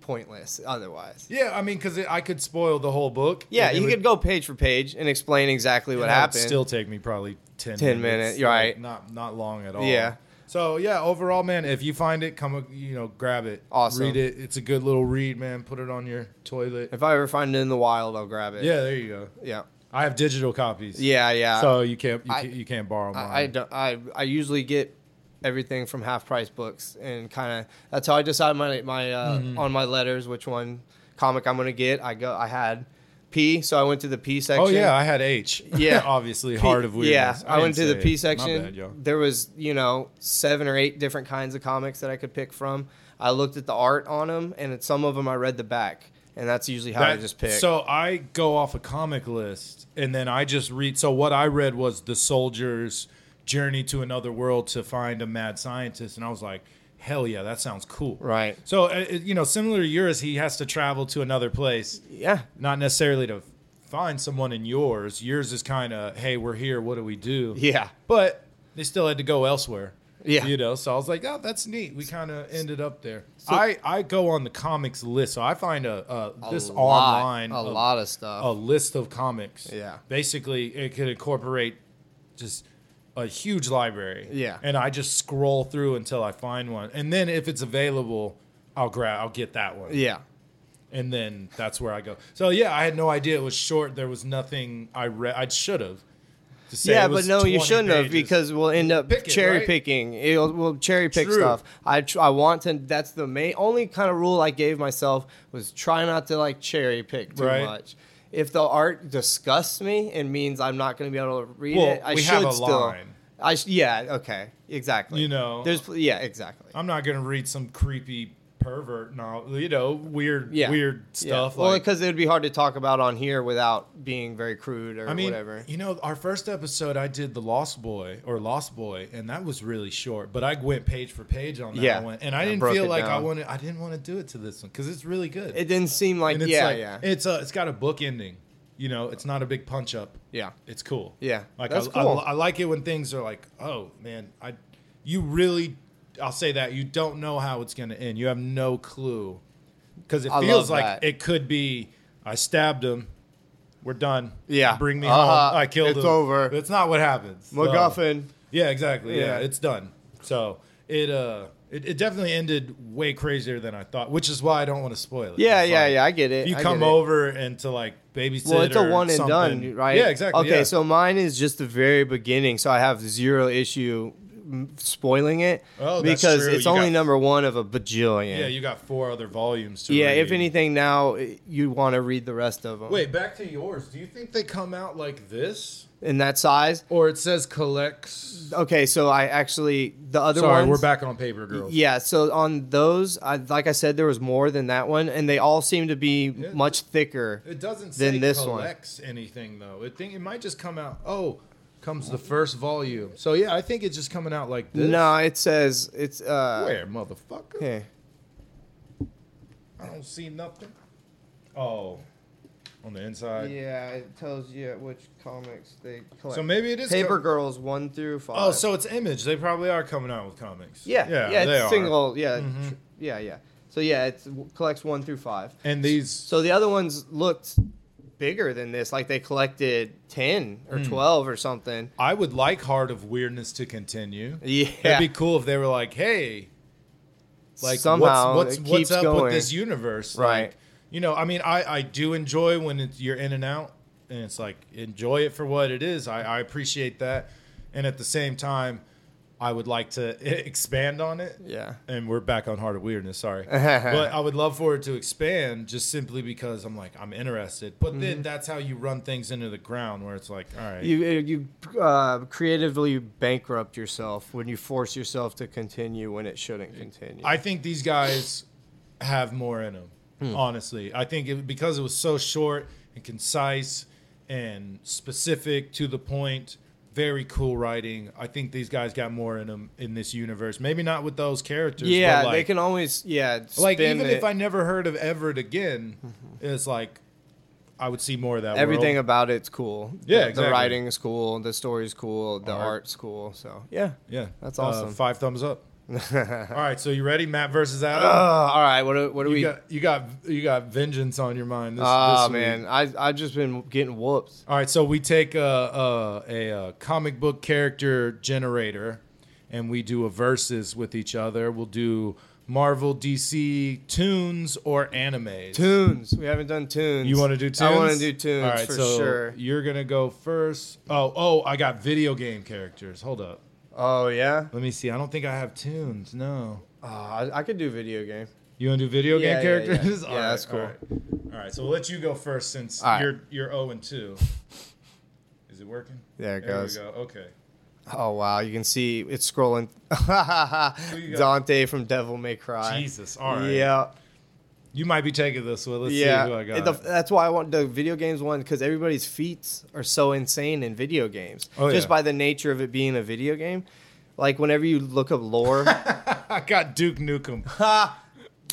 Speaker 3: pointless otherwise.
Speaker 2: yeah, I mean, because I could spoil the whole book.
Speaker 3: Yeah,
Speaker 2: and it
Speaker 3: you
Speaker 2: would-
Speaker 3: could go page for page and explain exactly what
Speaker 2: and that would
Speaker 3: happened.
Speaker 2: Still take me probably ten.
Speaker 3: 10 minutes,
Speaker 2: like,
Speaker 3: right.
Speaker 2: Not not long at all.
Speaker 3: Yeah.
Speaker 2: So yeah, overall, man, if you find it, come you know grab it.
Speaker 3: Awesome.
Speaker 2: Read it. It's a good little read, man. Put it on your toilet.
Speaker 3: if I ever find it in the wild, I'll grab it.
Speaker 2: Yeah, there you go.
Speaker 3: Yeah.
Speaker 2: I have digital copies.
Speaker 3: Yeah, yeah.
Speaker 2: So you can't you,
Speaker 3: I-
Speaker 2: can't, you can't borrow mine.
Speaker 3: I, I don't. I I usually get everything from half price books, and kind of that's how I decide my my uh,
Speaker 2: Mm-hmm.
Speaker 3: on my letters which one comic I'm gonna get. I go. I had P, so I went to the P section.
Speaker 2: Oh yeah, I had H.
Speaker 3: Yeah.
Speaker 2: *laughs* obviously,
Speaker 3: P-
Speaker 2: heart of weirdness.
Speaker 3: Yeah, I, went to
Speaker 2: didn't
Speaker 3: the
Speaker 2: say
Speaker 3: P
Speaker 2: it.
Speaker 3: section.
Speaker 2: My bad, y'all.
Speaker 3: there was you know seven or eight different kinds of comics that I could pick from. I looked at the art on them, and at some of them I read the back, and that's usually how I
Speaker 2: That-
Speaker 3: just pick.
Speaker 2: So I go off a comic list, and then I just read. So what I read was the soldier's journey to another world to find a mad scientist, and I was like, hell yeah, that sounds cool.
Speaker 3: Right.
Speaker 2: So uh, uh, you know, similar to yours, he has to travel to another place,
Speaker 3: yeah,
Speaker 2: not necessarily to find someone in yours. Yours is kind of, hey, we're here. What do we do?
Speaker 3: yeah.
Speaker 2: But they still had to go elsewhere.
Speaker 3: Yeah.
Speaker 2: You know, so I was like, oh, that's neat. We kind of ended up there. I, I go on the comics list. So I find a, a,
Speaker 3: A
Speaker 2: this
Speaker 3: lot-
Speaker 2: online
Speaker 3: a lot of stuff.
Speaker 2: a list of comics.
Speaker 3: Yeah.
Speaker 2: Basically, it could incorporate just a huge library.
Speaker 3: Yeah.
Speaker 2: And I just scroll through until I find one. And then if it's available, I'll grab I'll get that one.
Speaker 3: yeah.
Speaker 2: And then that's where I go. So yeah, I had no idea it was short. There was nothing I read I should have. to say
Speaker 3: yeah,
Speaker 2: it
Speaker 3: but
Speaker 2: was
Speaker 3: no, you
Speaker 2: 20
Speaker 3: shouldn't have
Speaker 2: pages.
Speaker 3: because we'll end up
Speaker 2: Pick it,
Speaker 3: cherry
Speaker 2: right?
Speaker 3: picking. It'll, we'll cherry pick
Speaker 2: True.
Speaker 3: stuff. I tr- I want to. That's the main only kind of rule I gave myself was try not to like cherry pick too
Speaker 2: Right.
Speaker 3: much. If the art disgusts me and means I'm not going to be able to read
Speaker 2: Well,
Speaker 3: it, I
Speaker 2: we
Speaker 3: should
Speaker 2: have a
Speaker 3: still.
Speaker 2: line.
Speaker 3: I sh- yeah okay exactly.
Speaker 2: You know.
Speaker 3: there's pl- yeah exactly.
Speaker 2: I'm not gonna read some creepy pervert novel, you know, weird,
Speaker 3: yeah,
Speaker 2: weird
Speaker 3: Yeah.
Speaker 2: stuff.
Speaker 3: Well,
Speaker 2: like,
Speaker 3: because it would be hard to talk about on here without being very crude or
Speaker 2: I mean,
Speaker 3: whatever.
Speaker 2: you know, our first episode I did the Lost Boy or Lost Boy, and that was really short, but I went page for page on that
Speaker 3: Yeah.
Speaker 2: one, and I
Speaker 3: I
Speaker 2: didn't
Speaker 3: broke
Speaker 2: feel
Speaker 3: it
Speaker 2: like I
Speaker 3: down.
Speaker 2: wanted, I didn't want to do it to this one because it's really good.
Speaker 3: It didn't seem like
Speaker 2: and it's
Speaker 3: yeah
Speaker 2: like,
Speaker 3: yeah
Speaker 2: it's a, it's got a book ending. You know, it's not a big punch up.
Speaker 3: yeah.
Speaker 2: It's cool.
Speaker 3: Yeah,
Speaker 2: like
Speaker 3: that's
Speaker 2: I,
Speaker 3: cool.
Speaker 2: I, I like it when things are like, oh man, I, you really, I'll say that you don't know how it's going to end. You have no clue, because it
Speaker 3: I
Speaker 2: feels
Speaker 3: love
Speaker 2: like
Speaker 3: that.
Speaker 2: it could be. I stabbed him. We're done.
Speaker 3: Yeah.
Speaker 2: bring me
Speaker 3: Uh-huh.
Speaker 2: home. I killed
Speaker 3: It's
Speaker 2: him.
Speaker 3: over.
Speaker 2: That's not what happens. So-
Speaker 3: MacGuffin.
Speaker 2: yeah, exactly. Yeah.
Speaker 3: Yeah.
Speaker 2: it's done. So it uh, it, it definitely ended way crazier than I thought, which is why I don't want to spoil it.
Speaker 3: Yeah,
Speaker 2: It's
Speaker 3: yeah,
Speaker 2: like,
Speaker 3: yeah. I get it.
Speaker 2: If you
Speaker 3: I
Speaker 2: come
Speaker 3: get it.
Speaker 2: over and to like babysit,
Speaker 3: Well, it's a
Speaker 2: or
Speaker 3: one and
Speaker 2: something-
Speaker 3: done, right?
Speaker 2: Yeah, exactly.
Speaker 3: Okay,
Speaker 2: yeah.
Speaker 3: so mine is just the very beginning, so I have zero issue mm, spoiling it
Speaker 2: Oh, that's
Speaker 3: because
Speaker 2: true.
Speaker 3: it's
Speaker 2: You
Speaker 3: only
Speaker 2: got-
Speaker 3: number one of a bajillion.
Speaker 2: Yeah, you got four other volumes to
Speaker 3: Yeah,
Speaker 2: read.
Speaker 3: if anything, now eh, you want to read the rest of them.
Speaker 2: Wait, back to yours. Do you think they come out like this?
Speaker 3: in that size?
Speaker 2: Or it says collects.
Speaker 3: Okay, so I actually the other
Speaker 2: Sorry,
Speaker 3: ones-
Speaker 2: we're back on paper, girls.
Speaker 3: Yeah, so on those, I, like I said, there was more than that one, and they all seem to be much thicker.
Speaker 2: It doesn't say
Speaker 3: Then this one.
Speaker 2: collects anything, though. It, think, it might just come out, oh, comes the first volume. So, yeah, I think it's just coming out like this.
Speaker 3: No, it says it's uh.
Speaker 2: Where, motherfucker?
Speaker 3: Okay.
Speaker 2: I don't see nothing. Oh, on the inside.
Speaker 3: Yeah, it tells you which comics they collect.
Speaker 2: So maybe it is
Speaker 3: Paper
Speaker 2: co-
Speaker 3: Girls one through five.
Speaker 2: Oh, so it's Image. They probably are coming out with comics.
Speaker 3: yeah, yeah,
Speaker 2: they
Speaker 3: it's
Speaker 2: are. Mm-hmm.
Speaker 3: single. Yeah, tr- yeah, yeah. So yeah, it collects one through five.
Speaker 2: And these.
Speaker 3: So the other ones looked bigger than this, like they collected ten
Speaker 2: Hmm.
Speaker 3: or twelve or something.
Speaker 2: I would like Heart of Weirdness to continue.
Speaker 3: Yeah.
Speaker 2: That'd be cool if they were like, hey, like
Speaker 3: *laughs* Somehow
Speaker 2: what's
Speaker 3: it
Speaker 2: what's,
Speaker 3: keeps
Speaker 2: what's up with
Speaker 3: going.
Speaker 2: this universe? Like,
Speaker 3: Right.
Speaker 2: you know, I mean, I, I do enjoy when it's, you're in and out, and it's like enjoy it for what it is. I, I appreciate that, and at the same time, I would like to *laughs* expand on it.
Speaker 3: Yeah.
Speaker 2: And we're back on Heart of Weirdness.
Speaker 3: *laughs*
Speaker 2: Sorry, but I would love for it to expand just simply because I'm like I'm interested. But
Speaker 3: Mm-hmm.
Speaker 2: then that's how you run things into the ground where it's like, all right,
Speaker 3: You you uh, creatively bankrupt yourself when you force yourself to continue when it shouldn't continue.
Speaker 2: I think these guys have more in them.
Speaker 3: Hmm.
Speaker 2: Honestly, I think it, because it was so short and concise and specific to the point, very cool writing. I think these guys got more in them in this universe. Maybe not with those characters.
Speaker 3: yeah,
Speaker 2: but like,
Speaker 3: they can always yeah.
Speaker 2: Like
Speaker 3: spin
Speaker 2: even
Speaker 3: it. Mm-hmm.
Speaker 2: if I never heard of Everett again, it's like I would see more of that.
Speaker 3: everything
Speaker 2: world.
Speaker 3: about it's cool. The-
Speaker 2: Yeah,
Speaker 3: the,
Speaker 2: exactly.
Speaker 3: writing is cool, the story's cool, the art's cool. So yeah,
Speaker 2: Yeah,
Speaker 3: that's
Speaker 2: Uh,
Speaker 3: awesome.
Speaker 2: five thumbs
Speaker 3: *laughs*
Speaker 2: up. All right, so you ready? Matt versus
Speaker 3: Ugh,
Speaker 2: Adam.
Speaker 3: all right, what do, what do
Speaker 2: you
Speaker 3: Uh, we?
Speaker 2: got you got you got vengeance on your mind. This,
Speaker 3: Ah
Speaker 2: this week.
Speaker 3: man, I I've just been getting whooped.
Speaker 2: All right, so we take a, a, a, uh comic book character generator, and we do a versus with each other. We'll do Marvel, DC, tunes, or animes.
Speaker 3: Tunes, we haven't done tunes.
Speaker 2: You want to do tunes?
Speaker 3: I want to do tunes for
Speaker 2: so
Speaker 3: sure.
Speaker 2: You're gonna go first. Oh, oh, I got video game characters. Hold up,
Speaker 3: Oh yeah,
Speaker 2: let me see. I don't think I have tunes. No.
Speaker 3: oh, I, I could do video game.
Speaker 2: You want to do video
Speaker 3: Yeah,
Speaker 2: game
Speaker 3: yeah, yeah.
Speaker 2: characters? *laughs*
Speaker 3: Yeah,
Speaker 2: All right,
Speaker 3: that's cool.
Speaker 2: All right. All right, so we'll let you go first since
Speaker 3: All right.
Speaker 2: you're you're zero and two. Is it working?
Speaker 3: There it goes.
Speaker 2: There we go. Okay.
Speaker 3: Oh wow, you can see it's scrolling. *laughs*
Speaker 2: you got?
Speaker 3: Dante from Devil May Cry.
Speaker 2: Jesus. All right.
Speaker 3: Yeah,
Speaker 2: You might be taking this one. Let's
Speaker 3: yeah.
Speaker 2: see who I got.
Speaker 3: It- the- that's why I want the video games one because everybody's feats are so insane in video games.
Speaker 2: Oh,
Speaker 3: Just
Speaker 2: yeah.
Speaker 3: by the nature of it being a video game, like whenever you look
Speaker 2: *laughs*
Speaker 3: up lore,
Speaker 2: *laughs* I got Duke Nukem.
Speaker 3: *laughs*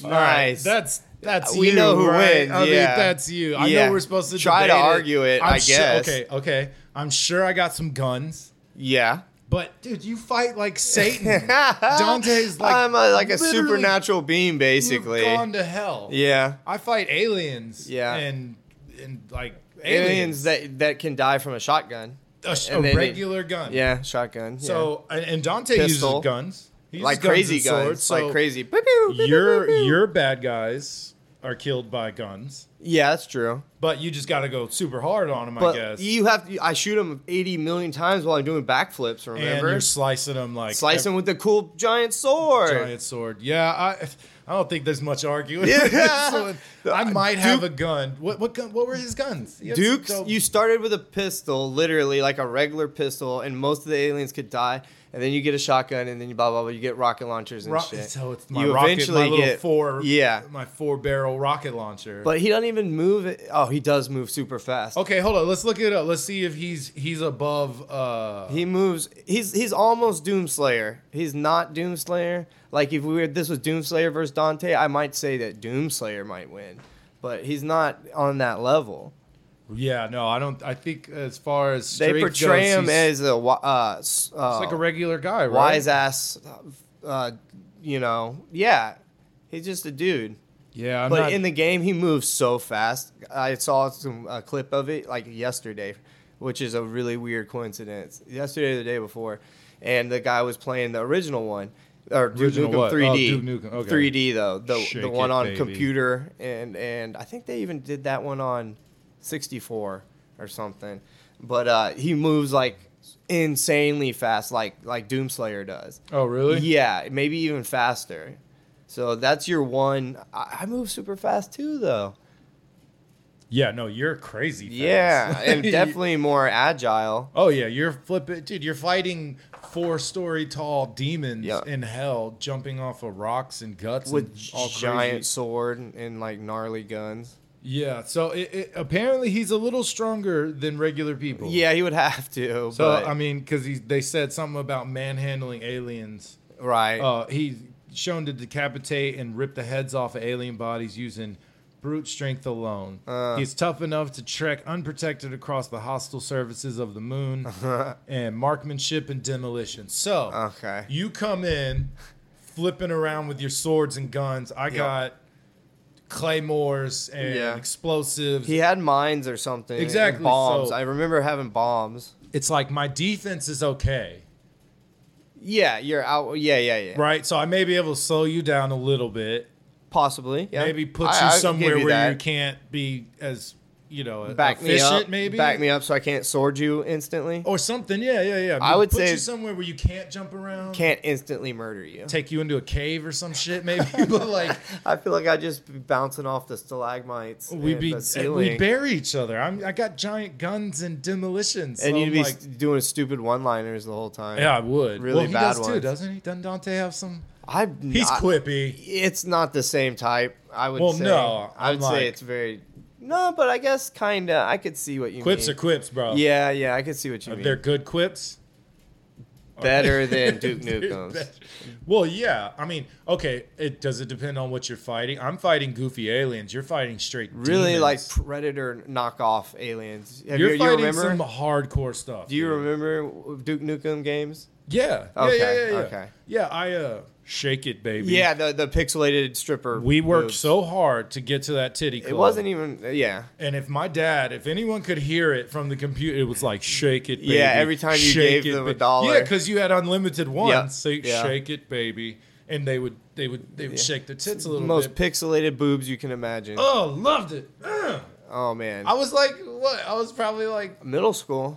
Speaker 3: nice.
Speaker 2: That's that's
Speaker 3: We
Speaker 2: you,
Speaker 3: know who
Speaker 2: right?
Speaker 3: wins,
Speaker 2: I mean,
Speaker 3: yeah.
Speaker 2: that's you. I
Speaker 3: Yeah.
Speaker 2: know we're supposed to
Speaker 3: Try to
Speaker 2: debate
Speaker 3: argue it,
Speaker 2: I'm
Speaker 3: I
Speaker 2: sure-
Speaker 3: guess.
Speaker 2: okay, okay. I'm sure I got some guns,
Speaker 3: yeah.
Speaker 2: but dude, you fight
Speaker 3: *laughs*
Speaker 2: like Satan. *laughs* Dante's like
Speaker 3: I'm a, like a
Speaker 2: literally,
Speaker 3: supernatural being,
Speaker 2: You've
Speaker 3: basically.
Speaker 2: gone to hell.
Speaker 3: yeah.
Speaker 2: I fight aliens.
Speaker 3: Yeah.
Speaker 2: and and like aliens,
Speaker 3: Aliens that that can die from a shotgun.
Speaker 2: a sh- a,
Speaker 3: and then-
Speaker 2: regular gun.
Speaker 3: Yeah, shotgun. yeah.
Speaker 2: So and, and Dante
Speaker 3: Pistol.
Speaker 2: uses guns. He uses
Speaker 3: like
Speaker 2: guns
Speaker 3: crazy
Speaker 2: and
Speaker 3: guns,
Speaker 2: swords,
Speaker 3: like
Speaker 2: so-
Speaker 3: crazy. Boop, boop, boop,
Speaker 2: your
Speaker 3: *laughs* boop, boop.
Speaker 2: your bad guys are killed by guns,
Speaker 3: yeah, that's true.
Speaker 2: but you just got to go super hard on them, I
Speaker 3: But
Speaker 2: guess.
Speaker 3: you have to, I shoot them eighty million times while I'm doing backflips.
Speaker 2: and
Speaker 3: Remember,
Speaker 2: you're slicing them like
Speaker 3: slicing with the cool giant sword.
Speaker 2: a giant sword. Yeah, I I don't think there's much arguing.
Speaker 3: Yeah.
Speaker 2: *laughs* So, I
Speaker 3: *laughs*
Speaker 2: might have a gun. What what gun? What were his guns? He had some
Speaker 3: Dukes,
Speaker 2: dope-
Speaker 3: you started with a pistol, literally like a regular pistol, and most of the aliens could die. And then you get a shotgun, and then you blah blah blah. You get rocket launchers and
Speaker 2: Ro-
Speaker 3: shit.
Speaker 2: so it's my
Speaker 3: you
Speaker 2: rocket, my little four,
Speaker 3: Yeah,
Speaker 2: my four barrel rocket launcher.
Speaker 3: but he doesn't even move. It. Oh, he does move super fast.
Speaker 2: okay, hold on. Let's look it up. Let's see if he's he's above. uh
Speaker 3: He moves. He's he's almost Doomslayer. He's not Doomslayer. Like if we were this was Doomslayer versus Dante, I might say that Doomslayer might win, but he's not on that level.
Speaker 2: Yeah, no, I don't. I think as far as
Speaker 3: They
Speaker 2: strength
Speaker 3: portray
Speaker 2: goes,
Speaker 3: him
Speaker 2: he's-
Speaker 3: as a wi- uh, s- uh,
Speaker 2: It's like a regular guy, right?
Speaker 3: wise ass. Uh, you know, yeah, he's just a dude.
Speaker 2: Yeah, I'm
Speaker 3: but
Speaker 2: not,
Speaker 3: in the game, he moves so fast. I saw some a clip of it like yesterday, which is a really weird coincidence. Yesterday or the day before, and the guy was playing the original one or Duke
Speaker 2: Original
Speaker 3: Nukem
Speaker 2: what?
Speaker 3: 3D.
Speaker 2: Oh, Duke Nukem, okay.
Speaker 3: 3D though, the
Speaker 2: Shake
Speaker 3: the one
Speaker 2: it,
Speaker 3: on
Speaker 2: baby.
Speaker 3: computer and and I think they even did that one on 64 or something. But uh, he moves like insanely fast, like like Doomslayer does.
Speaker 2: oh, really?
Speaker 3: Yeah, maybe even faster. So that's your one. I, I move super fast too, though.
Speaker 2: Yeah, no, you're crazy. fast.
Speaker 3: Yeah,
Speaker 2: *laughs*
Speaker 3: and definitely more agile.
Speaker 2: oh yeah, you're flipping, dude. You're fighting four-story tall demons
Speaker 3: Yeah.
Speaker 2: in hell, jumping off of rocks and guts
Speaker 3: With
Speaker 2: and all
Speaker 3: giant
Speaker 2: crazy.
Speaker 3: sword and, and, like gnarly guns.
Speaker 2: Yeah, so it, it, apparently he's a little stronger than regular people.
Speaker 3: Yeah, he would have to.
Speaker 2: So
Speaker 3: but,
Speaker 2: I mean, because they said something about manhandling aliens.
Speaker 3: right?
Speaker 2: Uh, he's shown to decapitate and rip the heads off of alien bodies using brute strength alone.
Speaker 3: Uh.
Speaker 2: he's tough enough to trek unprotected across the hostile surfaces of the
Speaker 3: *laughs*
Speaker 2: moon and marksmanship and demolition. So,
Speaker 3: Okay.
Speaker 2: you come in flipping around with your swords and guns. I got claymores and
Speaker 3: Yeah.
Speaker 2: explosives.
Speaker 3: he had mines or something. and
Speaker 2: Exactly,
Speaker 3: bombs.
Speaker 2: so-
Speaker 3: I remember having bombs.
Speaker 2: It's like my defense is okay.
Speaker 3: Yeah, you're out. Yeah, yeah, yeah.
Speaker 2: Right, so I may be able to slow you down a little bit,
Speaker 3: Possibly. Yeah.
Speaker 2: maybe put
Speaker 3: I-
Speaker 2: you
Speaker 3: I could give
Speaker 2: somewhere where you
Speaker 3: that.
Speaker 2: can't be as you know
Speaker 3: back me
Speaker 2: efficient,
Speaker 3: up.
Speaker 2: maybe Oh.
Speaker 3: back me up so I can't sword you instantly.
Speaker 2: or something. Yeah, yeah, yeah.
Speaker 3: I would
Speaker 2: put
Speaker 3: say-
Speaker 2: you somewhere where you can't jump around,
Speaker 3: Can't instantly murder you.
Speaker 2: take you into a cave or some shit, maybe. *laughs* but
Speaker 3: *laughs*
Speaker 2: like
Speaker 3: I feel like I'd just be bouncing off the stalagmites.
Speaker 2: we
Speaker 3: and
Speaker 2: be
Speaker 3: the ceiling.
Speaker 2: we bury each other. I'm I got giant guns and demolitions, so
Speaker 3: and you'd
Speaker 2: I'm
Speaker 3: be
Speaker 2: like,
Speaker 3: s- doing stupid one liners the whole time.
Speaker 2: yeah, I would.
Speaker 3: really
Speaker 2: well, he
Speaker 3: bad
Speaker 2: does too,
Speaker 3: ones.
Speaker 2: doesn't he? Doesn't Dante have some?
Speaker 3: I
Speaker 2: He's quippy.
Speaker 3: It's not the same type. I would
Speaker 2: Well,
Speaker 3: say.
Speaker 2: no,
Speaker 3: I would
Speaker 2: I'm like-
Speaker 3: say it's very. No, but I guess kind of. I could see what you
Speaker 2: Quips are
Speaker 3: mean.
Speaker 2: quips, bro.
Speaker 3: Yeah, yeah, I could see what you mean.
Speaker 2: They're good quips. *laughs*
Speaker 3: better than Duke
Speaker 2: They're
Speaker 3: Nukem's.
Speaker 2: better. Well, yeah. I mean, okay. It does it depend on what you're fighting. I'm fighting goofy aliens. You're fighting straight.
Speaker 3: Really
Speaker 2: demons.
Speaker 3: like Predator knockoff aliens. Have
Speaker 2: You're
Speaker 3: you, you
Speaker 2: fighting
Speaker 3: remember?
Speaker 2: some hardcore stuff.
Speaker 3: Do you
Speaker 2: dude.
Speaker 3: remember Duke Nukem games?
Speaker 2: Yeah. Yeah.
Speaker 3: Okay,
Speaker 2: Yeah. Yeah. Yeah.
Speaker 3: okay.
Speaker 2: yeah I uh, shake it, baby.
Speaker 3: Yeah, the the pixelated stripper.
Speaker 2: We worked
Speaker 3: moves.
Speaker 2: so hard to get to that titty. Club.
Speaker 3: It wasn't e-, even. Yeah.
Speaker 2: And if my dad, if anyone could hear it from the computer, it was like shake it, baby.
Speaker 3: Yeah, every time you gave them a
Speaker 2: ba-"
Speaker 3: dollar.
Speaker 2: Yeah, because you had unlimited ones,
Speaker 3: Yeah,
Speaker 2: so you
Speaker 3: yeah.
Speaker 2: shake it, baby, and they would they would they would shake their tits a little
Speaker 3: Most
Speaker 2: bit.
Speaker 3: pixelated boobs you can imagine. Oh,
Speaker 2: oh, loved it. Ugh.
Speaker 3: man.
Speaker 2: I was like, what? I was probably like, *laughs*
Speaker 3: Middle school,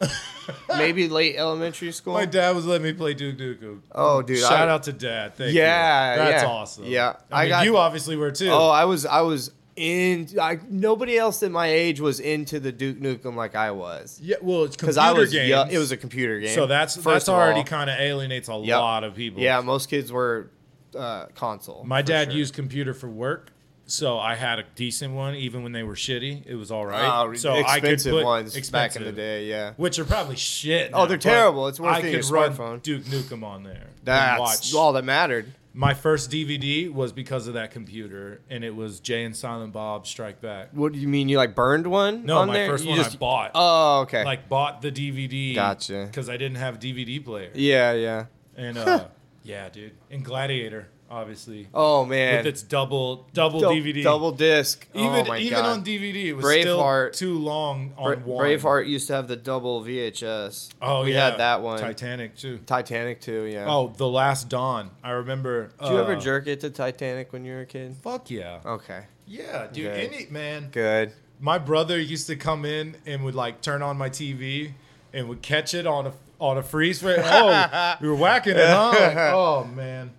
Speaker 3: maybe late elementary school.
Speaker 2: my dad was letting me play Duke Nukem.
Speaker 3: Oh, dude,
Speaker 2: oh. Shout
Speaker 3: I-
Speaker 2: out to dad. Thank
Speaker 3: Yeah,
Speaker 2: you. that's
Speaker 3: yeah.
Speaker 2: awesome.
Speaker 3: Yeah,
Speaker 2: I,
Speaker 3: I
Speaker 2: mean,
Speaker 3: got-
Speaker 2: you obviously were too.
Speaker 3: Oh, I was I was in. I, nobody else at my age was into the Duke Nukem like I was.
Speaker 2: yeah. Well, it's
Speaker 3: Because
Speaker 2: computer
Speaker 3: I was,
Speaker 2: games.
Speaker 3: yo- it was a computer game.
Speaker 2: so that's
Speaker 3: first
Speaker 2: that's
Speaker 3: of
Speaker 2: already
Speaker 3: all.
Speaker 2: kind of alienates a
Speaker 3: Yep.
Speaker 2: lot of people.
Speaker 3: Yeah, most kids were uh, console.
Speaker 2: My
Speaker 3: for
Speaker 2: dad
Speaker 3: sure.
Speaker 2: used computer for work, so I had a decent one, even when they were shitty. It was all right.
Speaker 3: Oh,
Speaker 2: so
Speaker 3: expensive
Speaker 2: I could put
Speaker 3: ones back in
Speaker 2: expensive,
Speaker 3: the day. Yeah,
Speaker 2: which are probably shit.
Speaker 3: Oh, they're
Speaker 2: but
Speaker 3: terrible. It's worse
Speaker 2: I
Speaker 3: than
Speaker 2: could
Speaker 3: your
Speaker 2: run
Speaker 3: smartphone.
Speaker 2: Duke Nukem on there. and
Speaker 3: that's
Speaker 2: watch.
Speaker 3: all that mattered.
Speaker 2: My first DVD was because of that computer, and it was Jay and Silent Bob Strike Back.
Speaker 3: What do you mean? You like burned one?
Speaker 2: No,
Speaker 3: on
Speaker 2: my
Speaker 3: there?
Speaker 2: first
Speaker 3: You
Speaker 2: one I
Speaker 3: just-
Speaker 2: bought.
Speaker 3: Oh, okay.
Speaker 2: like bought the DVD.
Speaker 3: Gotcha.
Speaker 2: Because I didn't have a DVD player.
Speaker 3: yeah, yeah.
Speaker 2: And uh,
Speaker 3: *laughs*
Speaker 2: yeah, dude. And Gladiator, obviously.
Speaker 3: Oh man,
Speaker 2: With its double double
Speaker 3: Dou-
Speaker 2: DVD.
Speaker 3: double disc.
Speaker 2: Even
Speaker 3: oh my
Speaker 2: even
Speaker 3: God.
Speaker 2: on DVD, it was
Speaker 3: Braveheart.
Speaker 2: still too long
Speaker 3: Bra-
Speaker 2: on one.
Speaker 3: Braveheart used to have the double VHS.
Speaker 2: Oh
Speaker 3: we
Speaker 2: yeah,
Speaker 3: had that one.
Speaker 2: Titanic too.
Speaker 3: Titanic too. Yeah.
Speaker 2: Oh, The Last Dawn. I remember.
Speaker 3: Did you ever
Speaker 2: uh,
Speaker 3: jerk it to Titanic when you were a kid?
Speaker 2: Fuck yeah.
Speaker 3: Okay.
Speaker 2: Yeah, dude.
Speaker 3: Okay.
Speaker 2: Any man.
Speaker 3: Good.
Speaker 2: My brother used to come in and would like turn on my TV and would catch it on a on a freeze
Speaker 3: *laughs*
Speaker 2: frame. Oh, we were whacking it, huh? Like, oh man.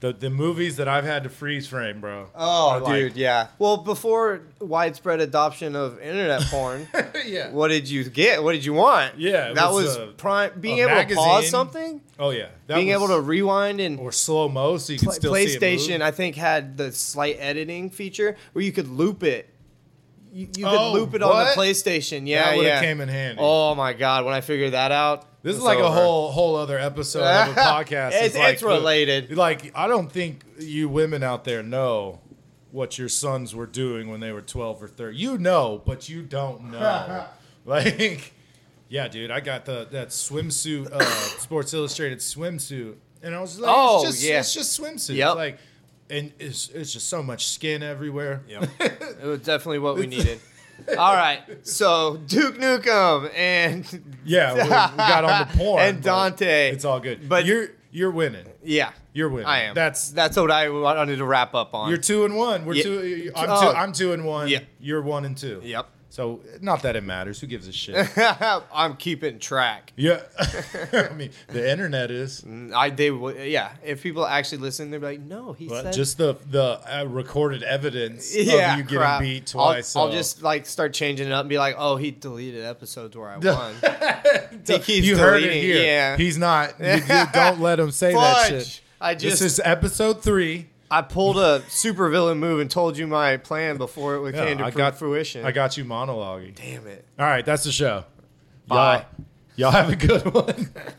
Speaker 2: The, the movies that I've had to freeze frame, bro.
Speaker 3: Oh,
Speaker 2: Are, like-
Speaker 3: dude, yeah. Well, before widespread adoption of internet porn,
Speaker 2: *laughs* yeah.
Speaker 3: what did you get? What did you want?
Speaker 2: Yeah, it
Speaker 3: that
Speaker 2: was
Speaker 3: was,
Speaker 2: a-
Speaker 3: prime. Being
Speaker 2: a
Speaker 3: able to pause
Speaker 2: magazine.
Speaker 3: something,
Speaker 2: Oh yeah. That
Speaker 3: being able
Speaker 2: was-
Speaker 3: to rewind and
Speaker 2: or slow mo, so you can
Speaker 3: Pla-
Speaker 2: still see it move.
Speaker 3: PlayStation, I think, had the slight editing feature where you could loop it. You, you could
Speaker 2: Oh,
Speaker 3: loop it on
Speaker 2: what?
Speaker 3: the PlayStation. Yeah,
Speaker 2: That would've
Speaker 3: yeah.
Speaker 2: came in handy.
Speaker 3: Oh my god, when I figured that out,
Speaker 2: This is
Speaker 3: it's
Speaker 2: like a
Speaker 3: over.
Speaker 2: whole whole other episode of
Speaker 3: *laughs*
Speaker 2: a podcast.
Speaker 3: It's-
Speaker 2: like
Speaker 3: it's related.
Speaker 2: like I don't think you women out there know what your sons were doing when they were twelve or thirty. You know, but you don't
Speaker 3: *laughs*
Speaker 2: know. like, yeah, dude, I got the that swimsuit, uh, Sports Illustrated swimsuit, and I was like,
Speaker 3: Oh,
Speaker 2: it's just,
Speaker 3: yeah.
Speaker 2: it's just swimsuit.
Speaker 3: Yep.
Speaker 2: Like, and it's it's just so much skin everywhere.
Speaker 3: It was definitely what we needed. All right, so Duke Nukem and
Speaker 2: *laughs*
Speaker 3: *laughs*
Speaker 2: yeah, we, we got on the porn
Speaker 3: And
Speaker 2: but
Speaker 3: Dante.
Speaker 2: It's all good, but
Speaker 3: But-
Speaker 2: you're you're winning.
Speaker 3: yeah,
Speaker 2: You're winning.
Speaker 3: I am.
Speaker 2: That's
Speaker 3: that's what I wanted to wrap up on.
Speaker 2: You're two and one. We're
Speaker 3: Yeah.
Speaker 2: two. I'm,
Speaker 3: Oh.
Speaker 2: two. I'm two and one.
Speaker 3: Yeah.
Speaker 2: You're one and two.
Speaker 3: Yep. *laughs*
Speaker 2: So not that it matters. Who gives a shit?
Speaker 3: I'm keeping track.
Speaker 2: yeah. *laughs* I mean, the internet is.
Speaker 3: I they w- yeah. If people actually listen, they're like, no, he
Speaker 2: But
Speaker 3: said
Speaker 2: just the the uh, recorded evidence of you getting
Speaker 3: crap.
Speaker 2: beat
Speaker 3: I'll-
Speaker 2: twice.
Speaker 3: I'll,
Speaker 2: so-
Speaker 3: just like start changing it up and be like, oh, he deleted
Speaker 2: *laughs*
Speaker 3: episodes where I won. he keeps
Speaker 2: you heard it
Speaker 3: deleting,
Speaker 2: here.
Speaker 3: Yeah.
Speaker 2: He's not.
Speaker 3: *laughs*
Speaker 2: You, you don't let him say that
Speaker 3: Fudge.
Speaker 2: shit.
Speaker 3: I
Speaker 2: this
Speaker 3: just-
Speaker 2: is episode three.
Speaker 3: I pulled a supervillain move and told you my plan before it
Speaker 2: Yeah,
Speaker 3: came to
Speaker 2: I got-
Speaker 3: fruition.
Speaker 2: I got you monologuing.
Speaker 3: Damn it.
Speaker 2: All right, that's the show.
Speaker 3: Bye.
Speaker 2: Y'all, y'all have a good *laughs* one.